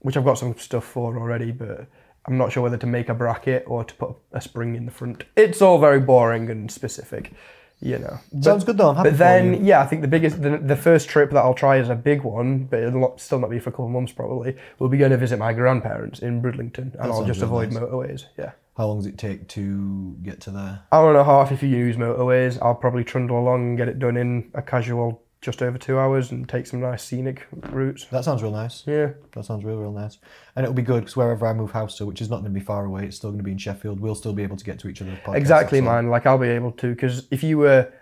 S2: which I've got some stuff for already, but I'm not sure whether to make a bracket or to put a spring in the front. It's all very boring and specific, you know. But,
S1: Sounds good though, I'm happy
S2: but
S1: for
S2: then,
S1: you.
S2: yeah, I think the biggest, the, the first trip that I'll try is a big one, but it'll not, still not be for a couple of months probably. We'll be going to visit my grandparents in Bridlington, and I'll
S1: sounds
S2: just
S1: really
S2: avoid
S1: nice.
S2: motorways. Yeah.
S1: How long does it take to get to there?
S2: Hour and a half if you use motorways. I'll probably trundle along and get it done in a casual just over two hours and take some nice scenic routes.
S1: That sounds real nice.
S2: Yeah.
S1: That sounds real, real nice. And it'll be good because wherever I move house to, which is not going to be far away, it's still going to be in Sheffield. We'll still be able to get to each other's podcasts.
S2: Exactly,
S1: That's all.
S2: man. Like I'll be able to, because if you were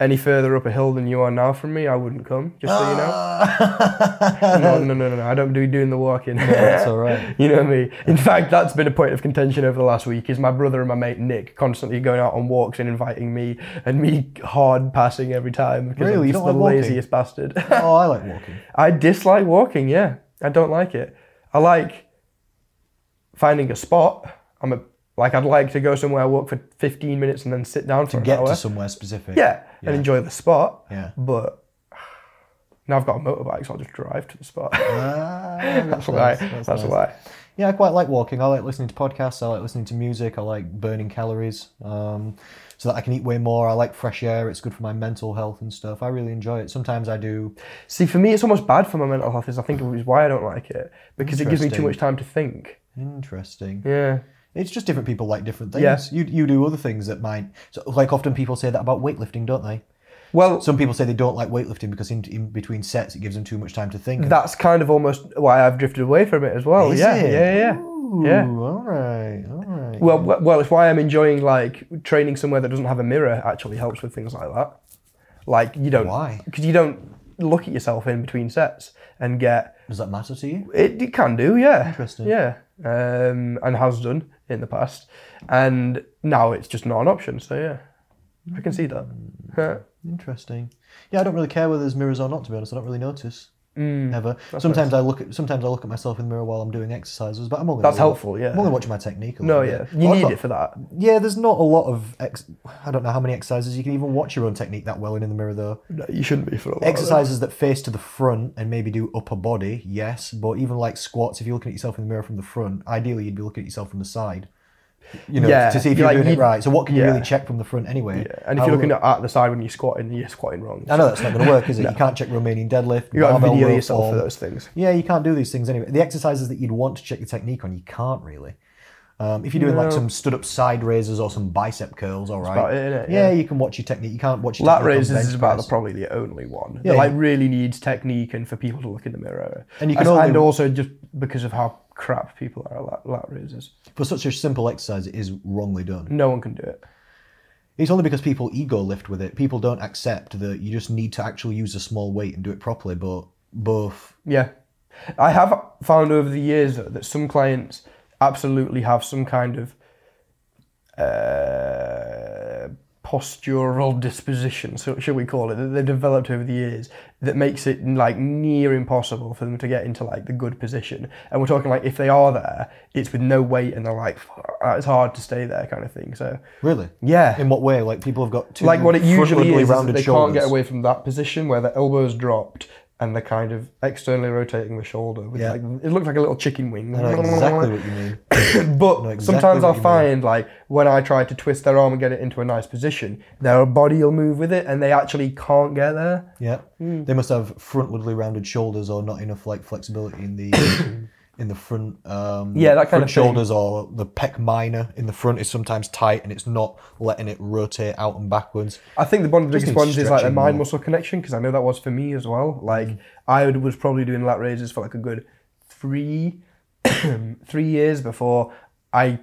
S2: any further up a hill than you are now from me, I wouldn't come. Just so you know. No, no, no, no, no. I don't do doing the walking.
S1: That's all right.
S2: You know me. In fact, that's been a point of contention over the last week. Is my brother and my mate Nick constantly going out on walks and inviting me, and me hard passing every time because
S1: Really?
S2: I'm
S1: You
S2: just
S1: don't
S2: the
S1: like walking?
S2: laziest bastard.
S1: Oh, I like walking.
S2: I dislike walking. Yeah, I don't like it. I like finding a spot. I'm a like I'd like to go somewhere, walk for 15 minutes, and then sit down for an
S1: Get
S2: hour.
S1: to somewhere specific.
S2: Oh, yeah, and enjoy the spot.
S1: Yeah.
S2: But now I've got a motorbike, so I'll just drive to the spot.
S1: Ah,
S2: that's why.
S1: nice,
S2: That's,
S1: nice.
S2: why.
S1: Yeah, I quite like walking. I like listening to podcasts. I like listening to music. I like burning calories um, so that I can eat way more. I like fresh air. It's good for my mental health and stuff. I really enjoy it. Sometimes I do.
S2: See, for me, it's almost bad for my mental health. Is I think is why I don't like it because it gives me too
S1: Interesting.
S2: much time to think.
S1: Interesting.
S2: Yeah.
S1: It's just different people like different things.
S2: Yeah.
S1: You, you do other things that might. So, like often people say that about weightlifting, don't they?
S2: Well,
S1: Some people say they don't like weightlifting because in, in between sets it gives them too much time to think.
S2: that's kind of almost why I've drifted away from it as well.
S1: Is
S2: oh, yeah,
S1: it?
S2: yeah, yeah.
S1: Ooh,
S2: yeah.
S1: All right. All right.
S2: Well, w- well, it's why I'm enjoying like training somewhere that doesn't have a mirror. Actually, helps with things like that. Like you don't
S1: Why?
S2: because you don't look at yourself in between sets and get
S1: Does that matter to you?
S2: it. It can do, yeah.
S1: Interesting.
S2: Yeah, um, and has done in the past, and now it's just not an option. So yeah, I can see that. Huh.
S1: Interesting. Yeah, I don't really care whether there's mirrors or not. To be honest, I don't really notice.
S2: Mm.
S1: Ever. Sometimes I look at sometimes I look at myself in the mirror while I'm doing exercises, but I'm only
S2: That's helpful, yeah.
S1: I'm only watching my technique. A
S2: No,
S1: little
S2: yeah,
S1: bit.
S2: you
S1: I've
S2: need
S1: got-
S2: it for that.
S1: Yeah, there's not a lot of ex- I don't know how many exercises you can even watch your own technique that well in in the mirror though.
S2: No, you shouldn't be for a while.
S1: Exercises that face to the front and maybe do upper body, yes, but even like squats, if you're looking at yourself in the mirror from the front, ideally you'd be looking at yourself from the side. You know,
S2: Yeah,
S1: to see if
S2: you're
S1: you're
S2: like,
S1: doing
S2: you'd-
S1: it right. So what can
S2: yeah.
S1: you really check from the front anyway?
S2: Yeah, And if
S1: How
S2: you're
S1: will-
S2: looking at at the side when you're squatting, you're squatting wrong.
S1: I know that's not going to work, is it? You can't check Romanian deadlift.
S2: you got to
S1: barbell
S2: video
S1: row
S2: yourself for
S1: form.
S2: those things.
S1: Yeah, you can't do these things anyway. The exercises that you'd want to check your technique on, you can't really. Um, if you're doing like some stood up side raises or some bicep curls, all right.
S2: about it, innit?
S1: Yeah, you can watch your technique. You can't watch your
S2: Lat
S1: technique on
S2: raises
S1: bench
S2: is about the,
S1: press.
S2: probably the only one
S1: Yeah.
S2: that like really needs technique and for people to look in the mirror.
S1: And you can
S2: As-
S1: only-
S2: and also just because of how crap people are at lat, lat raises,
S1: For such a simple exercise, it is wrongly done.
S2: no one can do it.
S1: It's only because people ego lift with it. People don't accept that you just need to actually use a small weight and do it properly, but both.
S2: Yeah, I have found over the years though, that some clients absolutely have some kind of uh, postural disposition, so should we call it, that they've developed over the years that makes it like near impossible for them to get into like the good position. And we're talking like if they are there, it's with no weight and they're like, "Fuck, it's hard to stay there kind of thing. So
S1: Really?
S2: yeah
S1: In what way? Like people have got too
S2: like what it usually
S1: frugally
S2: is, is that
S1: rounded
S2: they
S1: shoulders.
S2: can't get away from that position where the elbows dropped and they're kind of externally rotating the shoulder. With
S1: Yeah.
S2: like, it looks like a little chicken wing.
S1: I know exactly what you mean.
S2: but
S1: exactly
S2: sometimes
S1: what
S2: I'll
S1: you mean.
S2: find like when I try to twist their arm and get it into a nice position, their body will move with it and they actually can't get there.
S1: Yeah,
S2: Hmm.
S1: they must have frontwardly rounded shoulders or not enough like flexibility in the in the front. Um,
S2: Yeah, that kind
S1: front
S2: of thing.
S1: shoulders or the pec minor in the front is sometimes tight and it's not letting it rotate out and backwards.
S2: I think the one of the biggest
S1: need
S2: ones is like the
S1: stretching
S2: mind
S1: more. Mm-hmm.
S2: muscle connection because I know that was for me as well. Like I would- was probably doing lat raises for like a good three three years before I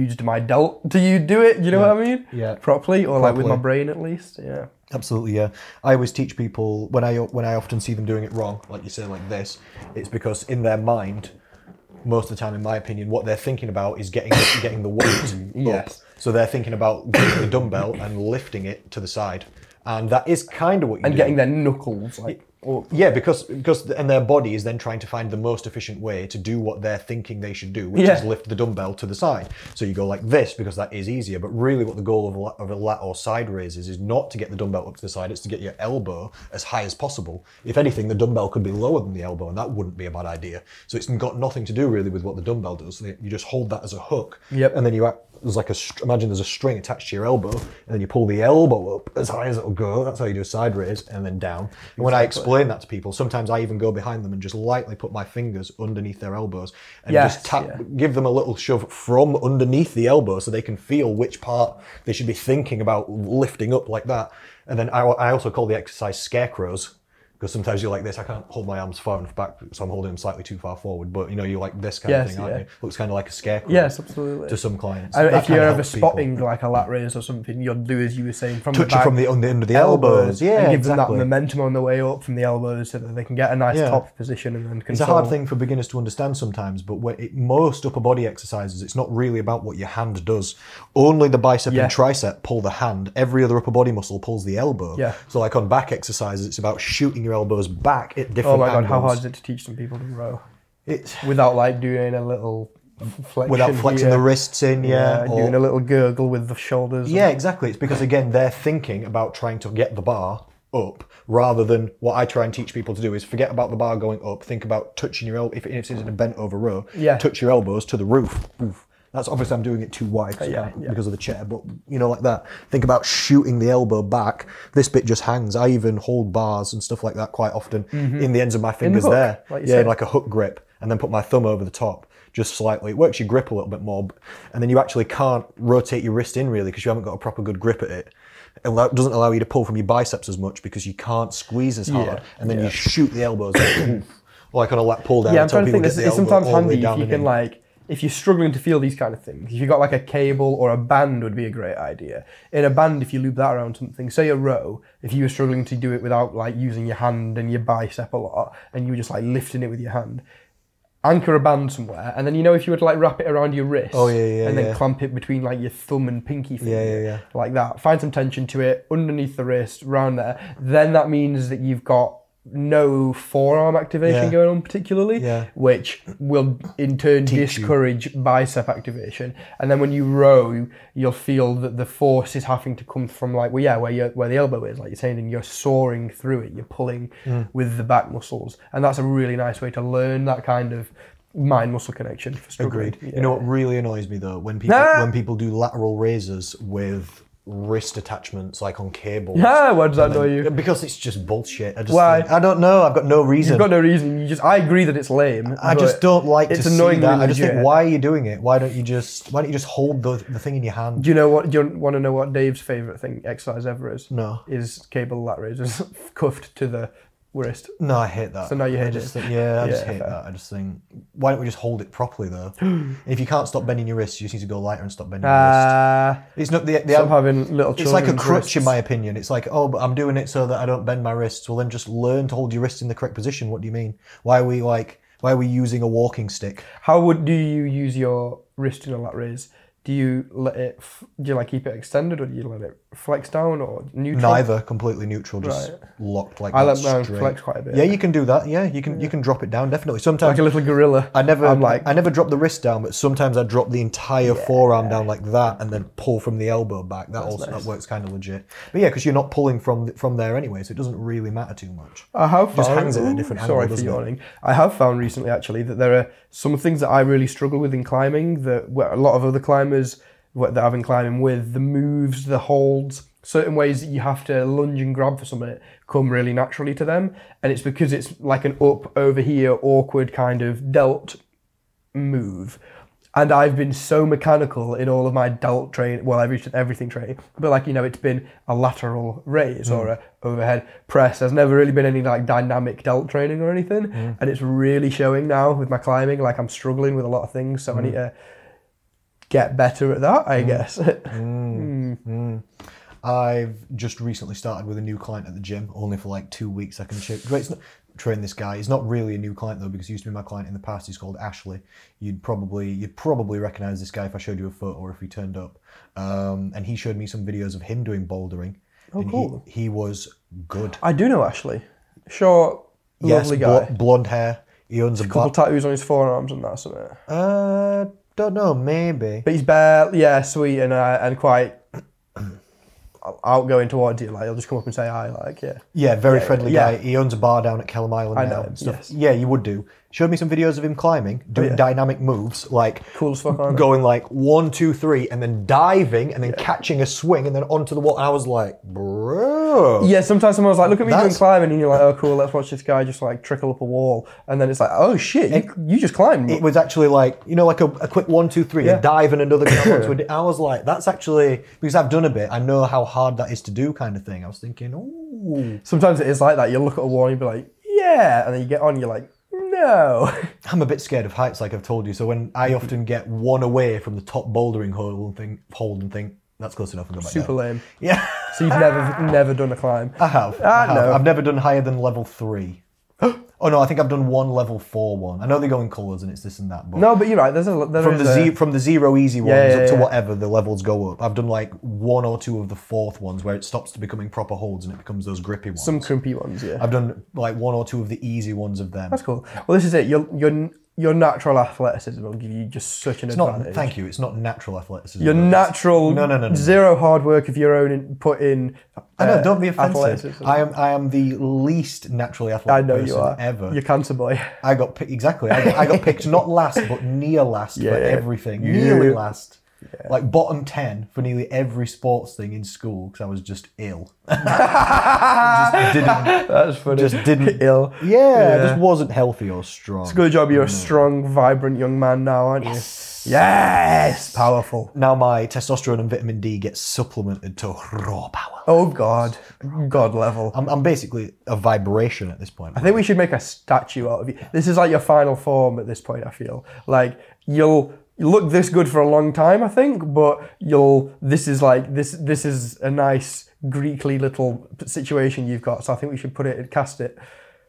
S2: used my delt to you do it. You know what I mean?
S1: Yeah.
S2: Properly or like with my
S1: Properly.
S2: brain at least. Yeah.
S1: Absolutely, yeah. I always teach people when I when I often see them doing it wrong, like you say, like this. It's because in their mind, most of the time, in my opinion, what they're thinking about is getting getting the weight
S2: Yes.
S1: up. So they're thinking about getting the dumbbell and lifting it to the side, and that is kind of what you
S2: And
S1: do.
S2: getting their knuckles like or
S1: Yeah, because because and their body is then trying to find the most efficient way to do what they're thinking they should do, which
S2: Yeah.
S1: is lift the dumbbell to the side. So you go like this because that is easier. But really, what the goal of a, la- of a lat or side raise is is not to get the dumbbell up to the side; it's to get your elbow as high as possible. If anything, the dumbbell could be lower than the elbow, and that wouldn't be a bad idea. So it's got nothing to do really with what the dumbbell does. You just hold that as a hook,
S2: Yep.
S1: and then you act there's like a str- imagine there's a string attached to your elbow, and then you pull the elbow up as high as it'll go. That's how you do a side raise, and then down. And when I explain that to people, sometimes I even go behind them and just lightly put my fingers underneath their elbows and
S2: Yes,
S1: just tap,
S2: yeah.
S1: give them a little shove from underneath the elbow so they can feel which part they should be thinking about lifting up like that. And then I, I also call the exercise scarecrows because sometimes you're like this. I can't hold my arms far enough back, so I'm holding them slightly too far forward. But you know, you're like this kind
S2: Yes,
S1: of thing, aren't
S2: yeah.
S1: you? Looks kind of like a scarecrow.
S2: Yes, absolutely.
S1: To some clients,
S2: And
S1: That
S2: if
S1: kinda
S2: you're ever
S1: helps people.
S2: spotting like a lat raise or something, you'll do as you were saying from
S1: touch
S2: the
S1: it
S2: back,
S1: from the under, under the
S2: elbows,
S1: elbows, yeah,
S2: and give
S1: exactly.
S2: them that momentum on the way up from the elbows so that they can get a nice
S1: Yeah.
S2: top position and then
S1: It's
S2: control.
S1: a hard thing for beginners to understand sometimes, but when it, most upper body exercises, it's not really about what your hand does. Only the bicep
S2: Yeah.
S1: and tricep pull the hand. Every other upper body muscle pulls the elbow.
S2: Yeah.
S1: So, like on back exercises, it's about shooting your elbows back at different
S2: Oh my god,
S1: angles.
S2: how hard is it to teach some people to row
S1: It's
S2: without like doing a little flexion
S1: without flexing
S2: here,
S1: the wrists in, yeah, or-
S2: doing a little gurgle with the shoulders. and-
S1: Yeah, exactly. It's because again they're thinking about trying to get the bar up rather than what I try and teach people to do is forget about the bar going up. Think about touching your elbow. If, if it's in a bent over row,
S2: Yeah.
S1: touch your elbows to the roof. Oof. That's obviously I'm doing it too wide 'cause I
S2: yeah,
S1: can't-
S2: yeah.
S1: because of the chair, but you know like that. Think about shooting the elbow back. This bit just hangs. I even hold bars and stuff like that quite often in the ends of my fingers
S2: Mm-hmm.
S1: there.
S2: hook, like you
S1: yeah,
S2: said.
S1: like a hook grip and then put my thumb over the top just slightly. It works your grip a little bit more, b- and then you actually can't rotate your wrist in really because you haven't got a proper good grip at it. It allow- doesn't allow you to pull from your biceps as much because you can't squeeze as hard, and then you shoot the elbows like, like on a lat pull down.
S2: yeah,
S1: I
S2: I'm
S1: tell
S2: trying to
S1: people
S2: think. This
S1: get the
S2: it's
S1: elbow
S2: sometimes
S1: all the way
S2: handy if
S1: down
S2: you
S1: and
S2: can
S1: in.
S2: like if you're struggling to feel these kind of things. If you got like a cable or a band would be a great idea. In a band, if you loop that around something, say a row, if you were struggling to do it without like using your hand and your bicep a lot, and you were just like lifting it with your hand. Anchor a band somewhere, and then you know if you were to like wrap it around your wrist,
S1: Oh, yeah, yeah,
S2: and then
S1: yeah.
S2: clamp it between like your thumb and pinky finger,
S1: yeah, yeah.
S2: like that. Find some tension to it underneath the wrist, round there. Then that means that you've got no forearm activation
S1: Yeah.
S2: going on particularly,
S1: Yeah.
S2: which will in turn discourage bicep activation. And then when you row, you'll feel that the force is having to come from like well, yeah, where your where the elbow is, like you're saying, and you're soaring through it. You're pulling
S1: Mm.
S2: with the back muscles, and that's a really nice way to learn that kind of mind muscle connection. For struggling.
S1: Agreed. You know what really annoys me though when people
S2: Ah!
S1: when people do lateral raises with wrist attachments like on cables.
S2: Ah, why does that annoy you?
S1: Because it's just bullshit. I just
S2: Why?
S1: think- I don't know. I've got no reason.
S2: You've got no reason. You just I agree that it's lame.
S1: I just
S2: but
S1: don't like
S2: it's
S1: to see
S2: annoyingly
S1: that. I just think,
S2: legit.
S1: why are you doing it? Why don't you just why don't you just hold the, the thing in your hand?
S2: Do you know what? Do you want to know what Dave's favorite thing exercise ever is?
S1: No.
S2: is cable lat raises cuffed to the wrist.
S1: No, I hate that.
S2: So now you
S1: I
S2: hate
S1: just
S2: it.
S1: Think, yeah, I just
S2: Yeah,
S1: hate
S2: fair.
S1: that. I just think, why don't we just hold it properly though? and if you can't stop bending your wrists, you just need to go lighter and stop bending your wrist.
S2: Uh,
S1: It's not the,
S2: I'm
S1: the
S2: having little.
S1: it's like a
S2: children's
S1: crutch in
S2: wrists.
S1: my opinion. It's like, oh, but I'm doing it so that I don't bend my wrists. Well, then just learn to hold your wrist in the correct position. What do you mean? Why are we like? Why are we using a walking stick?
S2: How would do you use your wrist in a lat raise? Do you let it? f- Do you like keep it extended, or do you let it flex down, or neutral?
S1: Neither completely neutral, just locked like
S2: I
S1: that
S2: let mine
S1: straight.
S2: flex quite a bit.
S1: Yeah, you can do that. Yeah, you can you can drop it down definitely. Sometimes
S2: like a little gorilla.
S1: I never
S2: I'm like
S1: I never drop the wrist down, but sometimes I drop the entire forearm down like that and then pull from the elbow back. That also that works kind of legit. But yeah, because you're not pulling from from there anyway, so it doesn't really matter too much.
S2: I have
S1: Just
S2: found,
S1: hangs at a different
S2: Ooh,
S1: angle,
S2: Sorry
S1: doesn't
S2: for
S1: it?
S2: yawning. I have found recently actually that there are some things that I really struggle with in climbing that where a lot of other climbers what that I've been climbing with the moves, the holds, certain ways that you have to lunge and grab for something come really naturally to them, and it's because it's like an up over here awkward kind of delt move. And I've been so mechanical in all of my delt train, well, every, everything training, but like, you know, it's been a lateral raise or a overhead press. There's never really been any like dynamic delt training or anything. And it's really showing now with my climbing. Like, I'm struggling with a lot of things. So I need to get better at that, I guess.
S1: I've just recently started with a new client at the gym, only for like two weeks. I can ch- wait, it's not, train this guy. He's not really a new client though, because he used to be my client in the past. He's called Ashley. You'd probably you'd probably recognize this guy if I showed you a photo or if he turned up. Um, and he showed me some videos of him doing bouldering. Oh, and
S2: cool.
S1: He, he was good.
S2: I do know Ashley. Short,
S1: Yes,
S2: lovely
S1: blo-
S2: guy.
S1: blonde hair. He owns a
S2: Couple
S1: bar.
S2: tattoos on his forearms and that, something.
S1: Uh, don't know, maybe.
S2: But he's bare, yeah, sweet and uh, and quite outgoing toward you. Like he'll just come up and say hi. Like yeah.
S1: Yeah, very friendly
S2: yeah.
S1: guy. He owns a bar down at Kellam Island
S2: I
S1: now
S2: know,
S1: and stuff.
S2: yes. Oh,
S1: Yeah, you would do. Showed me some videos of him climbing, doing
S2: yeah.
S1: dynamic moves, like
S2: Cool as fuck, aren't they?
S1: going like one, two, three, and then diving, and then catching a swing, and then onto the wall. I was like, bro.
S2: Yeah, sometimes someone's like, look at me doing
S1: That's-
S2: climbing, and you're like, oh, cool, let's watch this guy just like trickle up a wall. And then it's like, oh shit, you, you just climbed.
S1: It was actually like you know, like a, a quick one, two, three,
S2: Yeah.
S1: a dive, and another. guy onto a di- I was like, that's actually because I've done a bit. I know how hard that is to do, kind of thing. I was thinking, ooh,
S2: Sometimes it is like that. You look at a wall and you be like, yeah. And then you get on, you're like, no.
S1: I'm a bit scared of heights, like I've told you. So when
S2: Mm-hmm.
S1: I often get one away from the top bouldering hole and think, hold and think, that's close enough. I'm going back
S2: Super
S1: down.
S2: lame.
S1: Yeah,
S2: So you've never never done a climb.
S1: I have.
S2: Ah,
S1: I have.
S2: no.
S1: I've never done higher than level three. oh no, I think I've done one level four one. I know they go in colours and it's this and that, but
S2: No, but you're right. There's a there
S1: from
S2: is uh,
S1: the
S2: a-
S1: ze- from the zero easy ones
S2: yeah,
S1: up to
S2: yeah.
S1: whatever the levels go up. I've done like one or two of the fourth ones where it stops to becoming proper holds and it becomes those grippy ones.
S2: some crimpy ones. Yeah,
S1: I've done like one or two of the easy ones of them.
S2: that's cool. Well, this is it. Your your your natural athleticism will give you just such an
S1: It's not.
S2: advantage.
S1: Thank you. It's not natural athleticism.
S2: your
S1: but it's-
S2: natural
S1: No, no, no, no, no.
S2: zero hard work of your own in, put in.
S1: I know.
S2: uh,
S1: Don't be offensive.
S2: athleticism.
S1: I am. I am the least naturally athletic
S2: I know
S1: person
S2: you are.
S1: ever.
S2: You're cancer boy.
S1: I got pi- exactly. I got, I got picked not last but near last
S2: Yeah,
S1: for
S2: yeah.
S1: everything.
S2: You-
S1: Nearly last. Like bottom ten for nearly every sports thing in school because I was just ill. just didn't.
S2: That's funny.
S1: Just didn't.
S2: ill.
S1: Yeah, I just wasn't healthy or strong.
S2: Good job. You're a strong, vibrant young man now, aren't you? Yes. Powerful.
S1: Now my testosterone and vitamin D get supplemented to raw power.
S2: Oh God. God level.
S1: I'm, I'm basically a vibration at this point.
S2: I think we should make a statue out of you. This is like your final form at this point. I feel like you'll you look this good for a long time. I think, but you'll this is like this this is a nice Greekly little situation you've got. So I think we should put it cast it.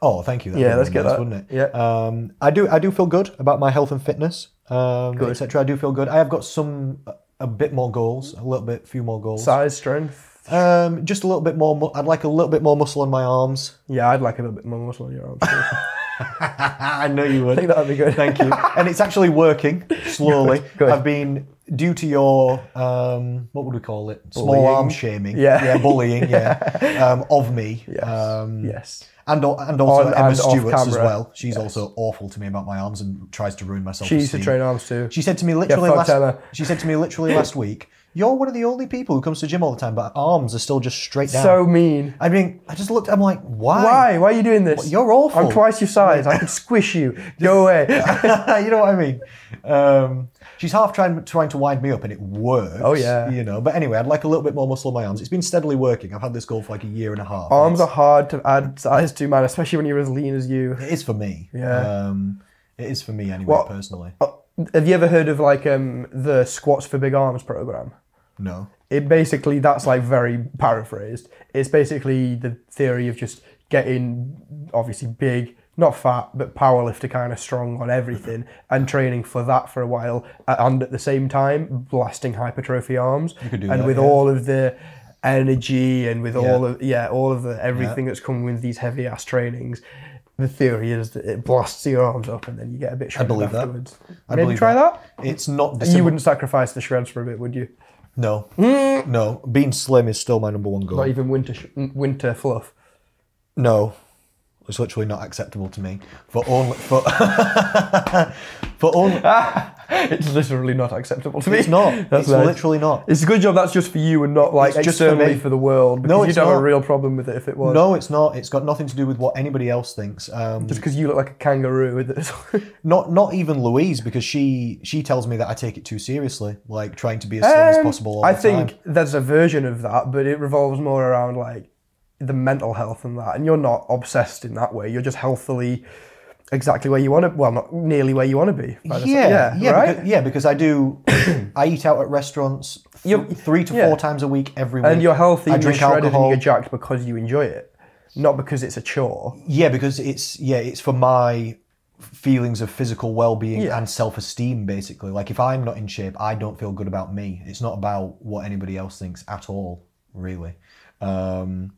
S1: Oh, thank you. That'd
S2: Yeah,
S1: be
S2: let's
S1: really
S2: get that.
S1: Wouldn't it?
S2: Yeah.
S1: Um, I do. I do feel good about my health and fitness, um, etc. I do feel good. I have got some a- a bit more goals, a little bit, few more goals.
S2: Size, strength.
S1: Um, just a little bit more. Mu- I'd like a little bit more muscle on my arms.
S2: Yeah, I'd like a little bit more muscle on your arms. I
S1: Ah, I know you would.
S2: think that'd be good.
S1: Thank you. and it's actually working slowly.
S2: good.
S1: I've been due to your um, what would we call it? Small
S2: Bullying.
S1: arm shaming.
S2: Yeah.
S1: yeah, bullying. Yeah, um, of me. Yes. Um,
S2: yes.
S1: And, al- and also
S2: On
S1: Emma
S2: and off
S1: Stewart's as
S2: camera.
S1: well. She's also awful to me about my arms and tries to ruin myself.
S2: She used to train arms too.
S1: She said to me literally
S2: fuck
S1: last.
S2: Emma.
S1: She said to me literally last week. You're one of the only people who comes to the gym all the time, but arms are still just straight down.
S2: So mean.
S1: I mean, I just looked. I'm like, why?
S2: Why? Why are you doing this?
S1: You're awful.
S2: I'm twice your size. I could squish you. Go away.
S1: you know what I mean? Um, she's half trying trying to wind me up, and it works. Oh
S2: yeah.
S1: You know. But anyway, I'd like a little bit more muscle on my arms. It's been steadily working. I've had this goal for like a year and a half.
S2: Arms are hard to add size to, man, especially when you're as lean as you.
S1: It is for me.
S2: Yeah.
S1: Um, it is for me anyway, personally.
S2: Uh, Have you ever heard of like um, the squats for big arms program?
S1: No.
S2: It basically that's like very paraphrased. It's basically the theory of just getting obviously big, not fat, but powerlifter kind of strong on everything,
S1: Mm-hmm.
S2: and training for that for a while, a- and at the same time blasting hypertrophy arms. You
S1: could do
S2: and
S1: that,
S2: with
S1: yeah.
S2: all of the energy and with all of yeah, all of the everything that's coming with these heavy ass trainings. The theory is that it blasts your arms up and then you get a bit shredded
S1: believe that.
S2: afterwards.
S1: I
S2: Maybe
S1: believe
S2: try that.
S1: It's not
S2: You
S1: dissimilar.
S2: wouldn't sacrifice the shreds for a bit, would you?
S1: No,
S2: Mm.
S1: no. Being slim is still my number one goal.
S2: Not even winter sh- winter fluff.
S1: no, it's literally not acceptable to me. For only for for only.
S2: Ah. it's literally not acceptable to me.
S1: It's not.
S2: That's
S1: it's
S2: nice.
S1: literally not.
S2: It's a good job that's just for you and not like
S1: It's just for
S2: externally for,
S1: me.
S2: the world. Because
S1: it's
S2: you'd have a
S1: not.
S2: real problem with it if it was.
S1: No, it's not. It's got nothing to do with what anybody else thinks. Um,
S2: Just because you look like a kangaroo. with this-
S1: not not even Louise because she she tells me that I take it too seriously, like trying to be as slim as
S2: Um,
S1: possible. All
S2: I
S1: the
S2: think
S1: time.
S2: there's a version of that, but it revolves more around like the mental health and that. And you're not obsessed in that way. You're just healthily exactly where you want to. Well, not nearly where you want to be. by the-
S1: Yeah, yeah,
S2: right.
S1: because, yeah, because I do. I eat out at restaurants th-
S2: You're-
S1: three to
S2: yeah.
S1: four times a week every week.
S2: and you're healthy.
S1: I
S2: and
S1: drink
S2: you're shredded
S1: alcohol.
S2: And you're jacked because you enjoy it, not because it's a chore.
S1: Yeah, because it's yeah, it's for my feelings of physical well-being
S2: Yeah.
S1: and self-esteem basically. Like if I'm not in shape, I don't feel good about me. It's not about what anybody else thinks at all, really. Um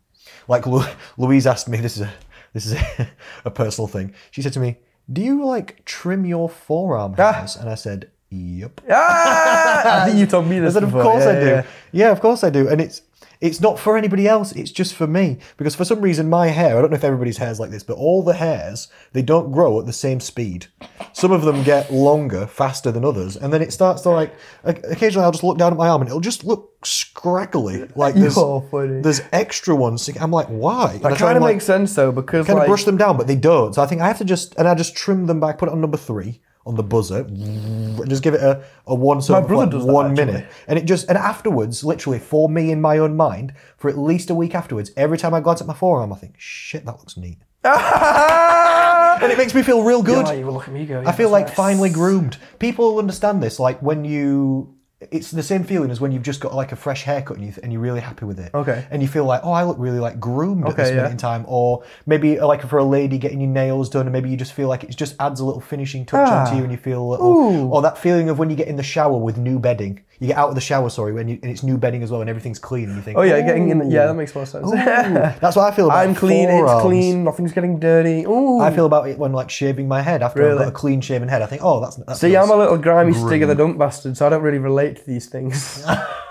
S1: like Lu- Louise asked me this is a this is a, a personal thing. She said to me, "Do you like trim your forearm hairs?" And I said, Yep.
S2: Ah! I think you told me
S1: I
S2: this.
S1: said, of
S2: before.
S1: course
S2: Yeah,
S1: I do.
S2: yeah,
S1: Yeah. of course I do. And it's it's not for anybody else. It's just for me because for some reason my hair. I don't know if everybody's hair's like this, but all the hairs they don't grow at the same speed. Some of them get longer faster than others, and then it starts to like. o- Occasionally, I'll just look down at my arm and it'll just look scraggly. Like there's
S2: You're funny.
S1: there's extra ones. sticking- I'm like, why? And I
S2: That
S1: try
S2: kind of
S1: and, like,
S2: makes sense though because
S1: kind
S2: like
S1: of brush them down, but they don't. So I think I have to just and I just trim them back, put it on number three on the buzzer, and just give it a, a one so
S2: brother does that,
S1: one
S2: actually.
S1: minute, and it just and afterwards, literally for me in my own mind, for at least a week afterwards, every time I glance at my forearm, I think, shit, that looks neat, and it makes me feel real good.
S2: Yeah, you look at me go.
S1: I feel like finally groomed. People will understand this. Like when you, it's the same feeling as when you've just got like a fresh haircut and, you, and you're really happy with it.
S2: Okay.
S1: And you feel like, oh, I look really like groomed at this
S2: Okay, yeah.
S1: minute in time. Or maybe like for a lady getting your nails done, and maybe you just feel like it just adds a little finishing touch
S2: Ah.
S1: onto you, and you feel a little, or that feeling of when you get in the shower with new bedding. You get out of the shower, sorry, when you, and it's new bedding as well, and everything's clean. And you think,
S2: Oh yeah, getting in. Yeah, that makes more sense.
S1: that's what I feel. About
S2: I'm clean. It's
S1: forearms.
S2: clean. Nothing's getting dirty. Ooh.
S1: I feel about it when like shaving my head after I've
S2: Really?
S1: got a clean shaven head. I think, oh, that's that's
S2: See,
S1: nice.
S2: I'm a little grimy stig of the dump bastard, so I don't really relate to these things.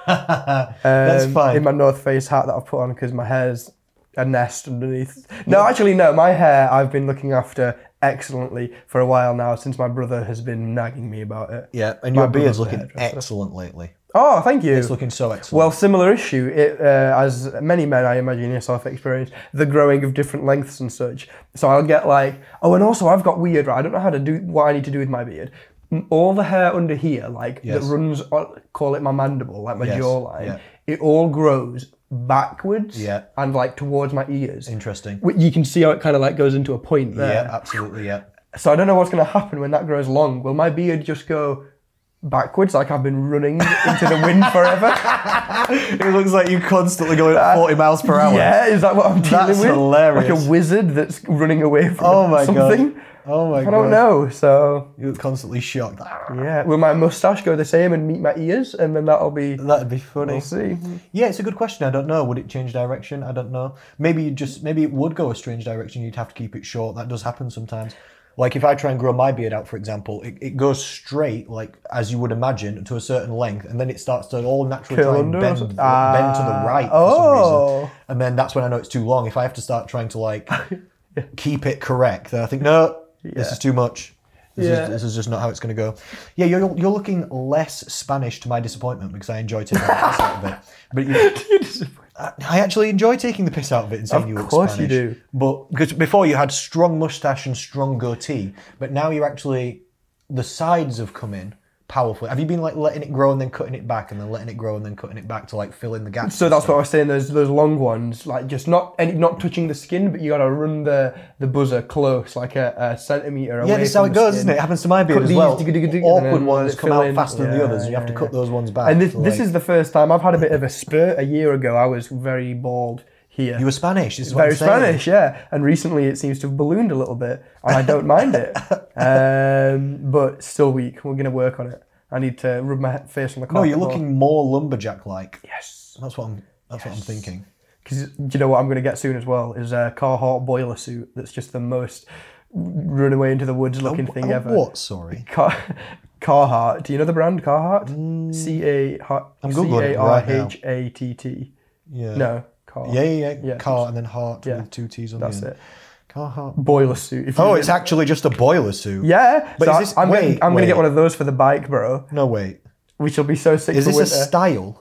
S1: that's
S2: Um,
S1: fine.
S2: In my North Face hat that I've put on because my hair's a nest underneath. No, actually, no. My hair I've been looking after excellently for a while now since my brother has been nagging me about it.
S1: Yeah, and your beard's
S2: brother's
S1: looking
S2: hairdresser.
S1: excellent lately.
S2: Oh, thank you.
S1: It's looking so excellent.
S2: Well, similar issue, it, uh, as many men I imagine yourself experience, the growing of different lengths and such. So I'll get like, oh, and also I've got weird, right? I don't know how to do what I need to do with my beard. M- All the hair under here, like
S1: Yes.
S2: that runs, on, call it my mandible, like my
S1: Yes,
S2: jawline,
S1: yeah.
S2: it all grows backwards
S1: Yeah.
S2: and like towards my ears.
S1: interesting.
S2: Wh- You can see how it kind of like goes into a point there.
S1: Yeah, absolutely. Yeah.
S2: So I don't know what's going to happen when that grows long. Will my beard just go backwards like I've been running into the wind forever?
S1: it looks like you're constantly going at 40 miles per hour.
S2: Yeah, is that what I'm dealing
S1: That's
S2: with? Like
S1: hilarious.
S2: a wizard that's running away from
S1: Oh my
S2: something.
S1: god. Oh my
S2: I
S1: god.
S2: don't know. So
S1: You look constantly shocked.
S2: yeah, will my mustache go the same and meet my ears, and then that'll be.
S1: That'd be funny.
S2: We'll see.
S1: Yeah, it's a good question. I don't know. Would it change direction? I don't know. Maybe you just maybe it would go a strange direction. You'd have to keep it short. That does happen sometimes. Like if I try and grow my beard out, for example, it, it goes straight, like as you would imagine, to a certain length, and then it starts to all naturally
S2: Curl
S1: try and
S2: under or
S1: bend,
S2: something? Ah,
S1: bend to the right for some
S2: Oh.
S1: reason. And then that's when I know it's too long. If I have to start trying to like keep it correct, then I think no, this is too much. This,
S2: Yeah.
S1: is, this is just not how it's going to go. Yeah, you're, you're looking less Spanish to my disappointment because I enjoy taking the piss out of it. But you, I I actually enjoy taking the piss out of it and saying you look
S2: course you
S1: Spanish.
S2: do.
S1: But because before you had strong mustache and strong goatee, but now you're actually the sides have come in powerfully. Have you been like letting it grow and then cutting it back and then letting it grow and then cutting it back to like fill in the gaps?
S2: So that's what I was saying. Those those long ones, like just not any, not touching the skin, but you got to run the the buzzer close, like a, a centimeter away.
S1: yeah, this is how
S2: from
S1: it
S2: the
S1: goes,
S2: skin.
S1: isn't it? It happens to my beard
S2: Cut
S1: as
S2: these,
S1: well.
S2: dig-a-dig-a-dig, and
S1: Awkward
S2: then
S1: ones
S2: let it
S1: come
S2: fill
S1: out
S2: in.
S1: faster than the
S2: Yeah,
S1: others. and you have to
S2: yeah,
S1: cut those ones back.
S2: And this
S1: So,
S2: this
S1: like,
S2: is the first time I've had a bit of a spurt. A year ago, I was very bald here.
S1: you were Spanish. This is what
S2: very
S1: I'm saying.
S2: Spanish, yeah. And recently, it seems to have ballooned a little bit, and I don't mind it. Um, but still weak. We're gonna work on it. I need to rub my he- face on the
S1: No, Oh,
S2: carpet.
S1: you're looking more lumberjack like.
S2: yes.
S1: That's what I'm. That's what I'm thinking.
S2: Because you know what I'm gonna get soon as well is a Carhartt boiler suit. That's just the most run away into the woods looking thing
S1: Oh,
S2: ever.
S1: What? Sorry.
S2: Car- Carhartt. Do you know the brand Carhartt? C A
S1: Mm. I'm Googling it right now.
S2: C A R H A T T.
S1: Yeah.
S2: No. Carhartt.
S1: Yeah, yeah, yeah.
S2: Yeah.
S1: Car and then heart
S2: Yeah.
S1: with two T's on
S2: That's
S1: the end.
S2: it.
S1: Carhartt.
S2: Boiler suit. If you
S1: Oh,
S2: look
S1: it's actually just a boiler suit.
S2: Yeah,
S1: But
S2: so
S1: is
S2: I-
S1: this-
S2: I'm,
S1: wait,
S2: gonna, I'm gonna
S1: wait.
S2: get one of those for the bike, bro.
S1: No, wait.
S2: Which will be so sick
S1: Is
S2: for
S1: this a
S2: winter.
S1: style?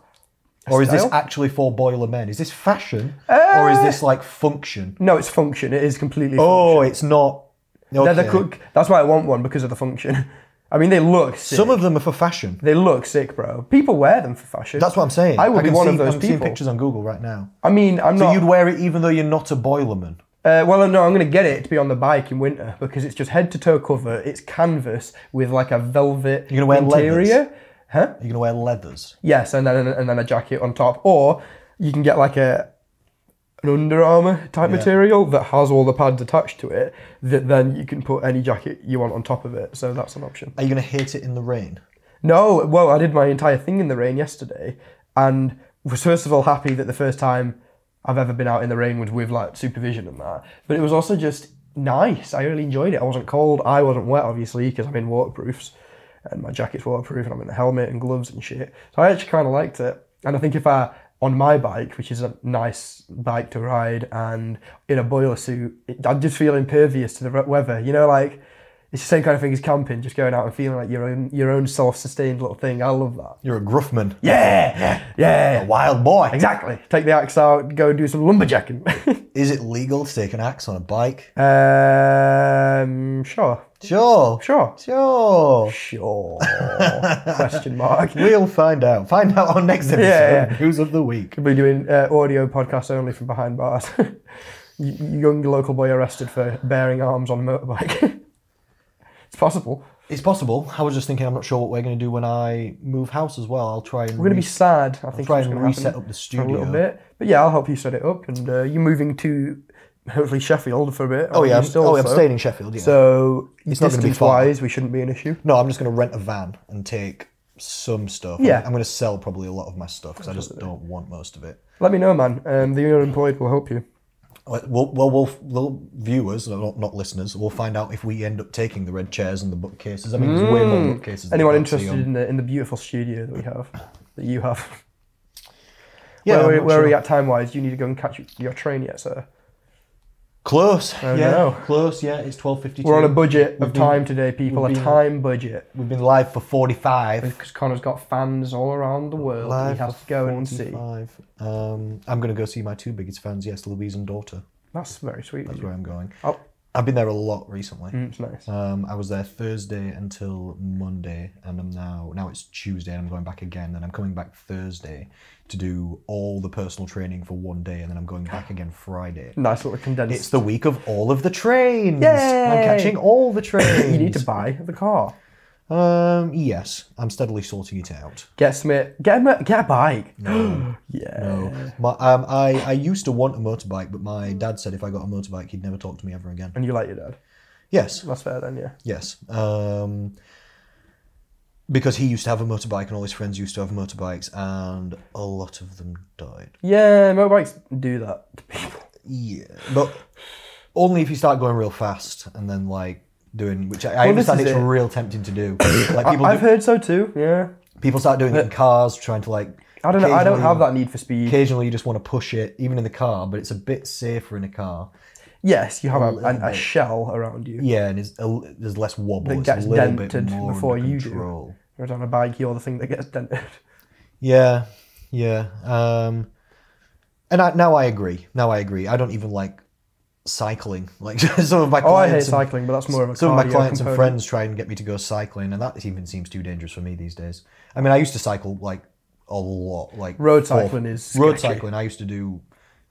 S1: Or is this
S2: style?
S1: actually for boiler men? Is this fashion? or is this like Uh, function?
S2: no, it's function. It is completely.
S1: Oh, it's not.
S2: function.
S1: Okay.
S2: They're the cook- That's why I want one because of the function. I mean, they look sick.
S1: Some of them are for fashion.
S2: they look sick, bro. People wear them for fashion.
S1: That's what I'm saying.
S2: I would be
S1: can
S2: one
S1: see,
S2: of those
S1: I'm seeing
S2: people.
S1: pictures on Google right now.
S2: I mean, I'm
S1: So
S2: not.
S1: you'd wear it even though you're not a boilerman.
S2: Uh, well, no, I'm going to get it to be on the bike in winter because it's just head to toe cover. It's canvas with like a velvet
S1: You're gonna wear
S2: interior.
S1: leathers?
S2: Huh?
S1: You're gonna wear leathers.
S2: Yes, and then and then a jacket on top, or you can get like a an Under Armour type material that has all the pads attached to it. That then you can put any jacket you want on top of it. So that's an option.
S1: Are you gonna hate it in the rain?
S2: No, well, I did my entire thing in the rain yesterday, and was first of all happy that the first time I've ever been out in the rain was with like supervision and that. But it was also just nice. I really enjoyed it. I wasn't cold. I wasn't wet, obviously, because I'm in waterproofs. and my jacket's waterproof, and I'm in a helmet and gloves and shit. So I actually kind of liked it, and I think if I on my bike, which is a nice bike to ride, and in a boiler suit, it, I just feel impervious to the re- weather. You know, like it's the same kind of thing as camping, just going out and feeling like your own your own self-sustained little thing. I love that.
S1: You're a gruffman.
S2: Yeah, yeah,
S1: Wild boy.
S2: exactly. Take the axe out, go and do some lumberjacking.
S1: Is it legal to take an axe on a bike?
S2: um, sure,
S1: Sure.
S2: sure,
S1: Sure.
S2: sure. Question mark.
S1: We'll find out. Find out on next episode.
S2: Yeah, yeah.
S1: News of the week.
S2: We're doing uh, audio podcasts only from behind bars. Y- Young local boy arrested for bearing arms on a motorbike. it's possible.
S1: It's possible. I was just thinking. I'm not sure what we're going to do when I move house as well. I'll try and
S2: We're going to be sad. I think
S1: try
S2: it's
S1: and
S2: gonna happen
S1: reset up the
S2: for a
S1: studio.
S2: little bit. But yeah, I'll help you set it up. And uh, you're moving to hopefully Sheffield for a bit.
S1: Oh yeah.
S2: I'm
S1: I'm, oh, yeah, I'm staying in Sheffield. Yeah.
S2: So
S1: not gonna be
S2: distance wise, we shouldn't be an issue.
S1: no, I'm just going to rent a van and take some stuff.
S2: Yeah.
S1: I'm going to sell probably a lot of my stuff because I just don't want most of it.
S2: Let me know, man. Um, the unemployed will help you.
S1: Well, well, well, we'll, we'll viewers, not, not listeners, will find out if we end up taking the red chairs and the bookcases. I mean, there's way more bookcases. than
S2: Hmm. Anyone
S1: you can see
S2: interested
S1: on-
S2: in the in the beautiful studio that we have, that you have.
S1: Yeah,
S2: where,
S1: I'm
S2: we-
S1: not
S2: where are
S1: sure.
S2: we at time wise? You need to go and catch your train yet, sir.
S1: Close. yeah,
S2: no.
S1: close. Yeah, it's twelve fifty-two.
S2: We're on a budget of
S1: been-
S2: time today, people. A
S1: been-
S2: time budget.
S1: We've been live for forty-five.
S2: Because Connor's got fans all around the world.
S1: Live
S2: he has
S1: for
S2: to go and see.
S1: 45. Um, I'm going to go see my two biggest fans. Yes, Louise and daughter.
S2: That's very sweet. of
S1: That's
S2: you.
S1: where I'm going.
S2: Oh,
S1: I've been there a lot recently.
S2: mm, it's nice.
S1: Um, I was there Thursday until Monday, and I'm now now it's Tuesday, and I'm going back again. And I'm coming back Thursday to do all the personal training for one day, and then I'm going back again Friday.
S2: Nice little condensed.
S1: It's the week of all of the trains. I'm
S2: Yay!
S1: catching all the trains.
S2: you need to buy the car.
S1: Um, yes, I'm steadily sorting it out.
S2: Get some. Get him. a- Get a bike. yeah.
S1: My, um, I, I used to want a motorbike, but my dad said if I got a motorbike, he'd never talk to me ever again.
S2: And you like your dad.
S1: Yes,
S2: That's fair then. Yeah.
S1: yes. Um, because he used to have a motorbike, and all his friends used to have motorbikes, and a lot of them died.
S2: Yeah. Motorbikes do that to people.
S1: Yeah, but only if you start going real fast, and then like doing, which I, I
S2: this
S1: understand
S2: is
S1: it's
S2: it.
S1: real tempting to do. like people,
S2: I've
S1: do,
S2: heard so too. Yeah.
S1: people start doing it in cars, trying to like.
S2: I don't know. I don't
S1: occasionally-
S2: have that need for speed.
S1: Occasionally, you just want to push it, even in the car, but it's a bit safer in a car.
S2: Yes, you have a,
S1: little
S2: an, a shell around you.
S1: Yeah, and it's a, there's less wobble. It's
S2: gets
S1: a little bit
S2: dented
S1: more
S2: before
S1: under
S2: you do.
S1: control.
S2: Whereas on a bike, you're the thing that gets dented.
S1: Yeah, yeah. Um, and I, now I agree. Now I agree. I don't even like cycling. Like some of my
S2: Oh, I hate
S1: clients, and,
S2: cycling, but that's more of a
S1: some of my
S2: cardio
S1: clients and
S2: component.
S1: friends try and get me to go cycling, and that even seems too dangerous for me these days. I mean, I used to cycle like a lot. Like
S2: Road
S1: four-
S2: cycling is
S1: road
S2: sketchy.
S1: cycling. I used to do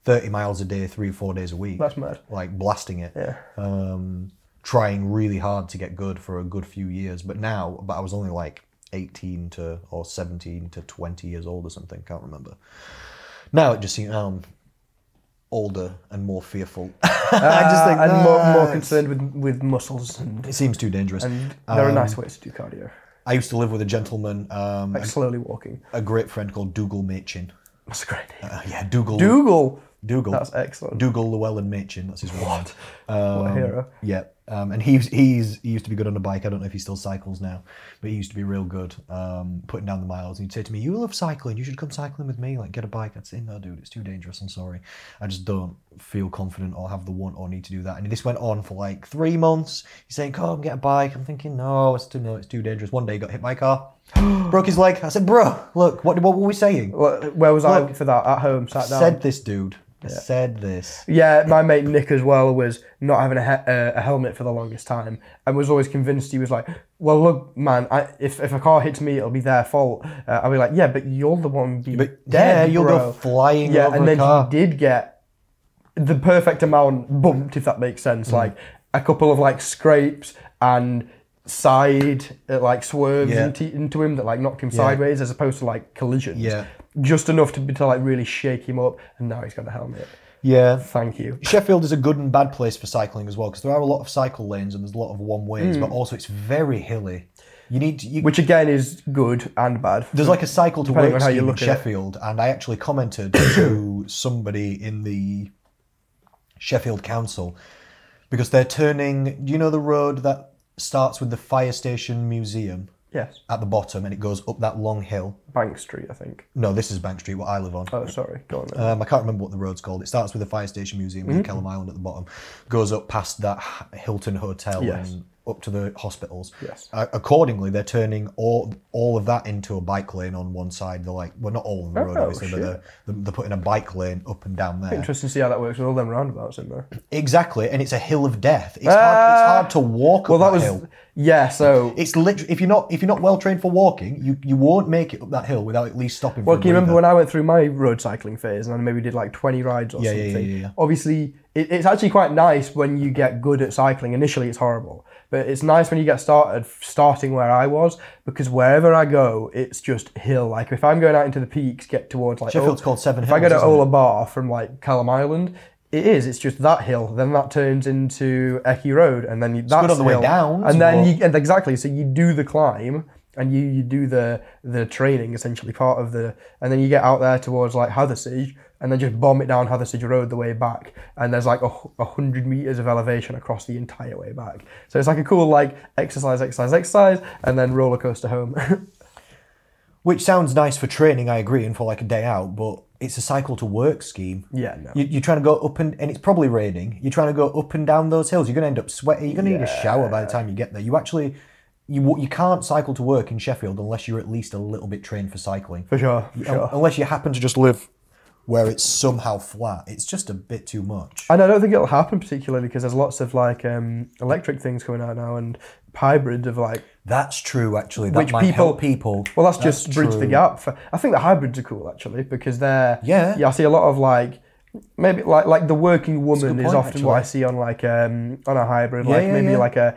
S1: thirty miles a day, three or four days a week.
S2: That's mad.
S1: Like blasting it.
S2: Yeah.
S1: Um, trying really hard to get good for a good few years, but now, but I was only like eighteen to or seventeen to twenty years old or something. Can't remember. Now it just seems um, older and more fearful. I just think
S2: Ah, Uh,
S1: "Ah,
S2: and more, more
S1: "Nah,
S2: concerned with with muscles, and
S1: It seems too dangerous.
S2: there are
S1: Um,
S2: nice ways to do cardio,
S1: I used to live with a gentleman, um,
S2: like slowly walking.
S1: a great friend called Dougal Machin.
S2: That's a great idea.
S1: Uh, yeah, Dougal.
S2: Dougal,
S1: Dougal.
S2: that's excellent.
S1: Dougal Llewellyn Machin. That's his what? Um,
S2: What a hero.
S1: Yeah, um, and he's he's he used to be good on a bike. I don't know if he still cycles now, but he used to be real good um, putting down the miles. And he'd say to me, "You love cycling. You should come cycling with me. Like get a bike." I'd say, "No, dude, it's too dangerous. I'm sorry. I just don't feel confident or have the want or need to do that." And this went on for like three months. He's saying, "Come get a bike." I'm thinking, "No, it's too no, it's too dangerous." One day, he got hit by a car, broke his leg. I said, "Bro, look, what what were we saying?"
S2: Where where was I for that? At home, sat down.
S1: Said this dude. I Said this.
S2: Yeah, my mate Nick as well was not having a, he- uh, a helmet for the longest time, and was always convinced he was like, "Well, look, man, I, if if a car hits me, it'll be their fault." Uh, I'll be like, "Yeah, but you're the one being
S1: But
S2: dead,
S1: yeah, you'll
S2: bro."
S1: go flying
S2: yeah,
S1: over
S2: and
S1: a
S2: then
S1: car.
S2: he did get the perfect amount bumped, if that makes sense.
S1: Mm.
S2: Like a couple of like scrapes and side uh, like swerves
S1: Yeah.
S2: into, into him that like knocked him sideways, as opposed to like collisions.
S1: Yeah.
S2: Just enough to, be- to like really shake him up, and now he's got a helmet.
S1: Yeah.
S2: Thank you.
S1: Sheffield is a good and bad place for cycling as well because there are a lot of cycle lanes and there's a lot of one ways, but also it's very hilly. You need to, you,
S2: Hmm. which again is good and bad.
S1: there's like a cycle to
S2: Depending
S1: work
S2: on how you
S1: scheme in
S2: look at it.
S1: Sheffield, and I actually commented to somebody in the Sheffield Council because they're turning. Do you know the road that starts with the fire station museum?
S2: Yes.
S1: at the bottom, and it goes up that long hill.
S2: Bank Street, I think.
S1: No, this is Bank Street, what I live on.
S2: Oh, sorry. Go on. Then.
S1: Um, I can't remember what the road's called. It starts with the fire station museum with
S2: Mm-hmm.
S1: Kellam Island at the bottom, goes up past that H- Hilton Hotel
S2: Yes.
S1: and up to the hospitals.
S2: Yes.
S1: Uh, accordingly, they're turning all all of that into a bike lane on one side. They're like, well, not all of the road,
S2: Oh,
S1: obviously,
S2: shit.
S1: but they're, they're, they're putting a bike lane up and down there.
S2: Interesting to see how that works with all them roundabouts in there.
S1: Exactly, and it's a hill of death. It's,
S2: Ah.
S1: hard, it's hard to walk
S2: Well,
S1: up
S2: that
S1: that,
S2: was
S1: hill.
S2: yeah. So,
S1: It's literally if you're not if you're not well trained for walking, you, you won't make it up that hill without at least stopping.
S2: well,
S1: for a
S2: can you remember
S1: breather.
S2: when I went through my road cycling phase and I maybe did like twenty rides or
S1: Yeah, yeah,
S2: something?
S1: yeah, yeah.
S2: Obviously, it, it's actually quite nice when you get good at cycling. Initially, it's horrible, but it's nice when you get started. Starting where I was, because wherever I go, it's just hill. Like if I'm going out into the peaks, get towards like
S1: Sheffield's
S2: Ol-
S1: called Seven
S2: If I go to
S1: Hills, isn't
S2: Ola Bar from like Callum Island. It is. It's just that hill. Then that turns into Ecky Road, and then you, that's
S1: good on the way
S2: hill.
S1: down,
S2: And then
S1: but-
S2: you and exactly so you do the climb and you, you do the the training essentially part of the and then you get out there towards like Hathersage and then just bomb it down Hathersage Road the way back and there's like a, hu- a hundred meters of elevation across the entire way back so it's like a cool like exercise exercise exercise and then roller coaster home
S1: Which sounds nice for training, I agree, and for like a day out, but it's a cycle to work scheme.
S2: Yeah, no.
S1: You, you're trying to go up and, and it's probably raining. You're trying to go up and down those hills. You're going to end up sweating. You're going to need a shower by the time you get there. You actually, you wa- you can't cycle to work in Sheffield unless you're at least a little bit trained for cycling.
S2: for sure for
S1: Un-
S2: sure
S1: Unless you happen to just live where it's somehow flat. It's just a bit too much.
S2: And I don't think it'll happen particularly because there's lots of like um, electric things coming out now and hybrids of like
S1: That's true, actually. That
S2: Which
S1: might
S2: people-
S1: help people.
S2: Well, that's, just bridge the
S1: true.
S2: gap. For, I think the hybrids are cool actually because they're
S1: Yeah.
S2: I see a lot of like maybe like like the working woman
S1: good
S2: is
S1: point,
S2: often what I see on like um on a hybrid like
S1: yeah,
S2: maybe
S1: yeah.
S2: like a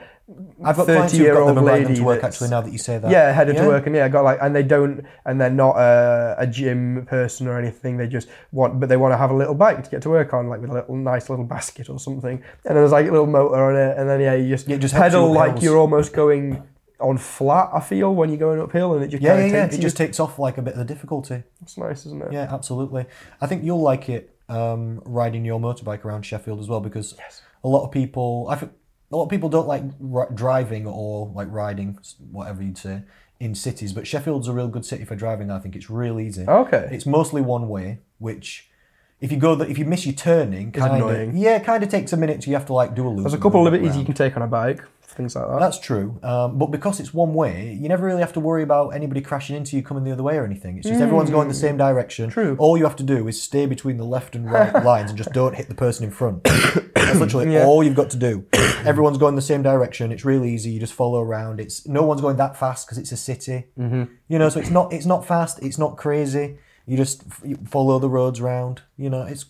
S1: I've got clients who've got
S2: 30-year-old
S1: them and riding them
S2: lady
S1: to work,
S2: that's-
S1: actually, now that you say that.
S2: yeah headed to work and yeah got like and they don't and they're not a, a gym person or anything they just want but they want to have a little bike to get to work on like with a little nice little basket or something and there's like a little motor on it and then yeah you just,
S1: it just helps
S2: pedal
S1: you
S2: like
S1: hills.
S2: you're almost going on flat I feel when you're going uphill and it just
S1: Yeah, yeah,
S2: kinda
S1: yeah.
S2: takes
S1: It
S2: you.
S1: just takes off like a bit of the difficulty.
S2: it's nice isn't it
S1: Yeah, absolutely. I think you'll like it um, riding your motorbike around Sheffield as well because a lot of people, I think, a lot of people don't like r- driving or like riding, s- whatever you'd say, in cities. But Sheffield's a real good city for driving. I think it's real easy.
S2: Okay.
S1: It's mostly one way, which. If you go, the, if you miss your turning, kind of,
S2: annoying.
S1: yeah, kind of takes a minute. So you have to like do a loop.
S2: There's a
S1: and
S2: couple
S1: go
S2: of
S1: back
S2: liberties
S1: round.
S2: you can take on a bike, things like that.
S1: That's true. Um, but because it's one way, you never really have to worry about anybody crashing into you coming the other way or anything. It's just everyone's going the same direction.
S2: Mm. True.
S1: All you have to do is stay between the left and right lines and just don't hit the person in front. That's literally all you've got to do. everyone's going the same direction. It's really easy. You just follow around. It's no one's going that fast because it's a city.
S2: Mm-hmm.
S1: You know, so it's not it's not fast. It's not crazy. You just f- you follow the roads round. You know, it's.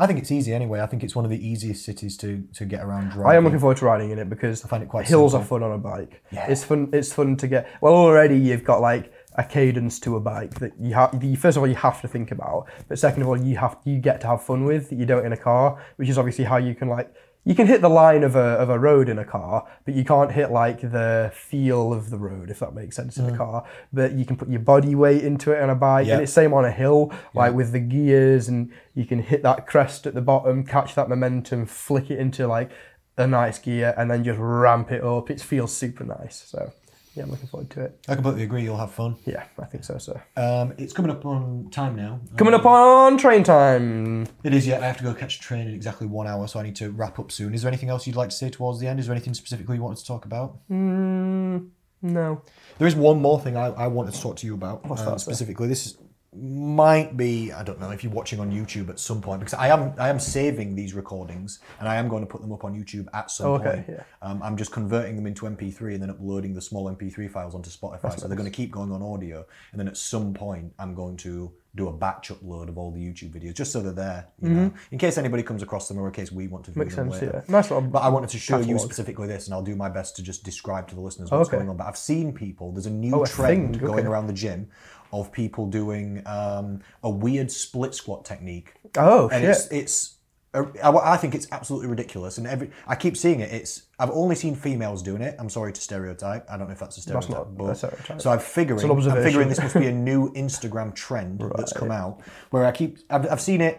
S1: I think it's easy anyway. I think it's one of the easiest cities to to get around. Driving.
S2: I am looking forward to riding in it because I
S1: find it quite
S2: hills are fun on a bike.
S1: Yeah.
S2: It's fun it's fun to get well already you've got like a cadence to a bike that you have you, first of all you have to think about, but second of all you have you get to have fun with that you don't in a car, which is obviously how you can like you can hit the line of a, of a road in a car, but you can't hit like the feel of the road, if that makes sense, in a car. But you can put your body weight into it on a bike,
S1: Mm. Yeah.
S2: and it's same on a hill, like with the gears, and you can hit that crest at the bottom, catch that momentum, flick it into like a nice gear, and then just ramp it up. It feels super nice. So yeah, I'm looking forward to it.
S1: I completely agree. You'll have fun.
S2: Yeah, I think so. So
S1: Um, it's coming up on time now.
S2: coming up on train time.
S1: It is, yeah. I have to go catch a train in exactly one hour, so I need to wrap up soon. Is there anything else you'd like to say towards the end? Is there anything specifically you wanted to talk about?
S2: No,
S1: There is one more thing I, I wanted to talk to you about
S2: What's
S1: um,
S2: that, sir?
S1: specifically. This is, might be I don't know if you're watching on YouTube at some point because I am I am saving these recordings and I am going to put them up on YouTube at some
S2: Oh, okay,
S1: point.
S2: yeah.
S1: Um, I'm just converting them into MP3 and then uploading the small MP3 files onto Spotify. so they're going to keep going on audio and then at some point I'm going to do a batch upload of all the YouTube videos just so they're there, you know, in case anybody comes across them or in case we want to view
S2: Mm-hmm. makes
S1: them
S2: sense.
S1: later.
S2: Yeah, nice little.
S1: But I wanted to show you
S2: Catalogue.
S1: specifically this, and I'll do my best to just describe to the listeners what's
S2: Okay. Oh,
S1: going on. But I've seen people. There's a new
S2: a
S1: trend
S2: thing,
S1: going
S2: okay.
S1: around the gym of people doing um, a weird split squat technique,
S2: oh
S1: and
S2: shit!
S1: it's it's. I I think it's absolutely ridiculous, and every I keep seeing it. It's I've only seen females doing it. I'm sorry to stereotype. I don't know if that's a stereotype,
S2: not
S1: but
S2: a stereotype.
S1: so I'm figuring
S2: an
S1: I'm
S2: observation.
S1: figuring this must be a new Instagram trend that's come out where I keep I've, I've seen it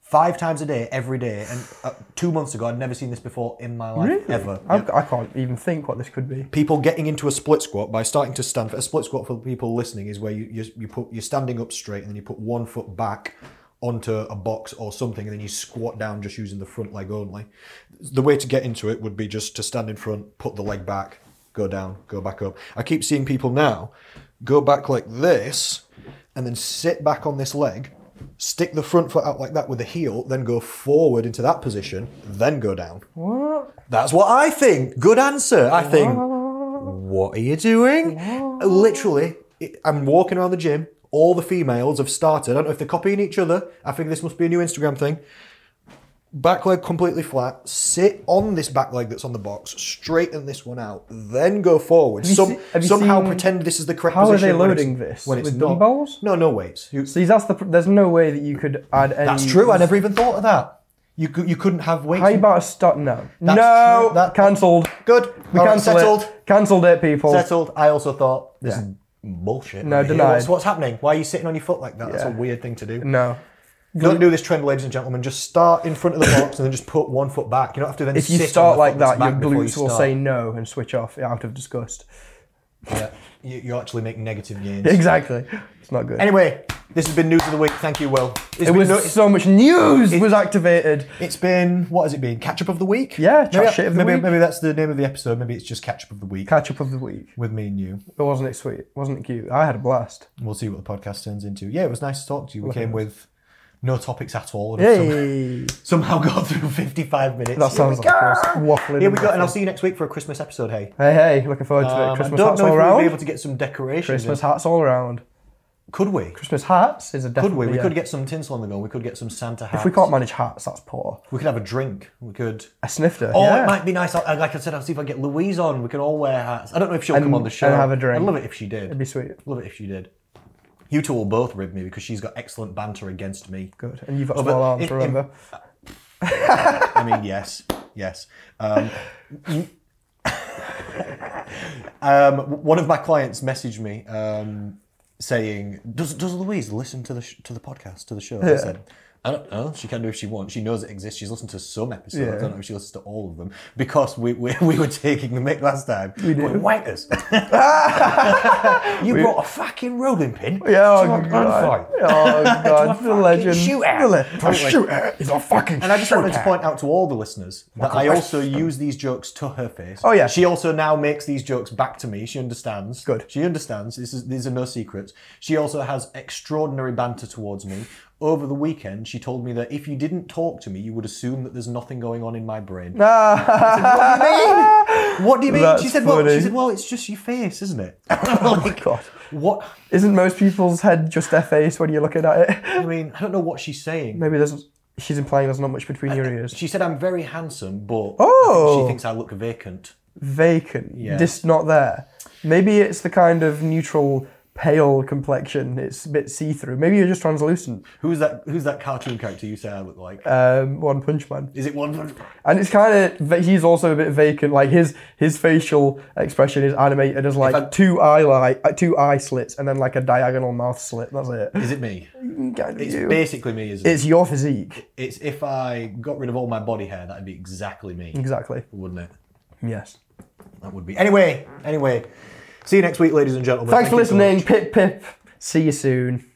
S1: five times a day, every day. And uh, two months ago, I'd never seen this before in my life ever.
S2: I've, I can't even think what this could be.
S1: people getting into a split squat by starting to stand. A split squat for the people listening is where you, you you put you're standing up straight and then you put one foot back onto a box or something and then you squat down just using the front leg only. The way to get into it would be just to stand in front, put the leg back, go down, go back up. I keep seeing people now go back like this and then sit back on this leg. Stick the front foot out like that with the heel, then go forward into that position, then go down. That's what I think. Good answer. I think. What are you doing? Literally, it- I'm walking around the gym. All the females have started. I don't know if they're copying each other. I think this must be a new Instagram thing. Back leg completely flat. Sit on this back leg that's on the box. Straighten this one out. Then go forward.
S2: you
S1: Some,
S2: se- have you
S1: somehow
S2: seen-
S1: pretend this is the correct
S2: How are
S1: position.
S2: they
S1: when it's-
S2: loading this?
S1: when it's
S2: With
S1: not.
S2: dumbbells?
S1: No, no weights. You-
S2: See, that's the. pr- There's no way that you could add any.
S1: That's true. I never even thought of that. You cou- you couldn't have weights.
S2: How you about to start? No.
S1: That's
S2: no.
S1: true, that-
S2: cancelled.
S1: Good.
S2: We
S1: All right,
S2: cancelled
S1: settled.
S2: it. Cancelled it, people.
S1: settled. I also thought this is bullshit.
S2: No,
S1: over here.
S2: denied.
S1: What's, what's happening? Why are you sitting on your foot like that? That's a
S2: Yeah.
S1: weird thing to do.
S2: No.
S1: Don't do this trend, ladies and gentlemen. Just start in front of the box and then just put one foot back. You don't have to then.
S2: If you
S1: sit on
S2: start
S1: the
S2: like
S1: foot that's
S2: that, your
S1: back before you
S2: glutes will
S1: start.
S2: say no and switch off out of disgust.
S1: Yeah, you, you actually make negative gains.
S2: Exactly. It's not good.
S1: Anyway, this has been news of the week. Thank you, Will. It's
S2: it
S1: been
S2: was
S1: no-
S2: so much news was activated.
S1: it's been what has it been? Catch up of the week.
S2: Yeah, chat
S1: maybe, that-
S2: shit of the
S1: maybe,
S2: week.
S1: maybe that's the name of the episode. Maybe it's just catch up of the week
S2: Catch up of the week.
S1: with me and you.
S2: But wasn't it sweet? Wasn't it cute? I had a blast.
S1: We'll see what the podcast turns into. Yeah, it was nice to talk to you. We came with no topics at all. and some-
S2: Hey.
S1: somehow got through 55 minutes.
S2: That sounds
S1: Here we
S2: like
S1: go.
S2: I was waffling.
S1: Here we
S2: and
S1: go, and I'll
S2: waffling.
S1: see you next week for a Christmas episode. Hey,
S2: Hey, hey, looking forward to
S1: Um,
S2: it. Christmas
S1: I don't
S2: hats
S1: know if
S2: all
S1: we'll be
S2: around.
S1: able to get some decorations.
S2: Christmas hats all around.
S1: in. Could we?
S2: Christmas hats is a
S1: Could
S2: definitely.
S1: we? We
S2: a-
S1: could get some tinsel on the go. We could get some Santa hats.
S2: If we can't manage hats, that's poor.
S1: we could have a drink. We could.
S2: A snifter.
S1: Oh,
S2: yeah.
S1: it might be nice. I, like I said, I'll see if I get Louise on. We can all wear hats. I don't know if she'll come on the show
S2: and have a drink.
S1: I'd love it if she did.
S2: It'd be sweet.
S1: love it if she did. You two will both rib me because she's got excellent banter against me.
S2: Good. And you've got
S1: Oh, but
S2: small arms,
S1: it- it-
S2: remember?
S1: I mean, yes, yes. Um, um, one of my clients messaged me um, saying, "Does does Louise listen to the sh- to the podcast to the show?" I said. I don't know. She can do if she wants. She knows it exists. She's listened to some episodes. I
S2: Yeah.
S1: don't know if she listens to all of them because we, we, we were taking the mic last time. We
S2: did.
S1: Wankers. you brought a fucking rolling pin.
S2: yeah, oh,
S1: to a gunfight.
S2: God. Oh, God.
S1: fucking
S2: the legend.
S1: shootout.
S2: The legend.
S1: Totally.
S2: shootout is a fucking
S1: And I just wanted to
S2: shootout.
S1: point out to all the listeners that I also use these jokes to her face.
S2: Oh, yeah.
S1: She also now makes these jokes back to me. She understands.
S2: Good.
S1: She understands. This is these are no secrets. She also has extraordinary banter towards me. Over the weekend, she told me that if you didn't talk to me, you would assume that there's nothing going on in my brain.
S2: Ah.
S1: What do you mean?
S2: That's
S1: she said, "Well, she
S2: funny.
S1: said, well, it's just your face, isn't it?" oh my
S2: God.
S1: What?
S2: Isn't most people's head just their face when you're looking at it?
S1: I mean, I don't know what she's saying.
S2: Maybe there's. She's implying there's not much between your ears.
S1: She said, "I'm very handsome, but I think
S2: Oh.
S1: she thinks I look vacant."
S2: Vacant. Yeah. Just not there. Maybe it's the kind of neutral, pale complexion. It's a bit see through. Maybe you're just translucent.
S1: Who's that? Who's that cartoon character you say I look like?
S2: Um, One Punch Man.
S1: Is it one?
S2: And it's kind of he's also a bit vacant. Like his his facial expression is animated as like
S1: I-
S2: two eye like uh, two eye slits and then like a diagonal mouth slit. That's it.
S1: Is it me?
S2: Kind of
S1: It's
S2: you.
S1: basically me, isn't it?
S2: It's your physique,
S1: It's if I got rid of all my body hair, that'd be exactly me,
S2: exactly.
S1: wouldn't it?
S2: Yes.
S1: That would be. Anyway, anyway. See you next week, ladies and gentlemen.
S2: Thanks for
S1: Thank you so much.
S2: listening. Pip pip. See you soon.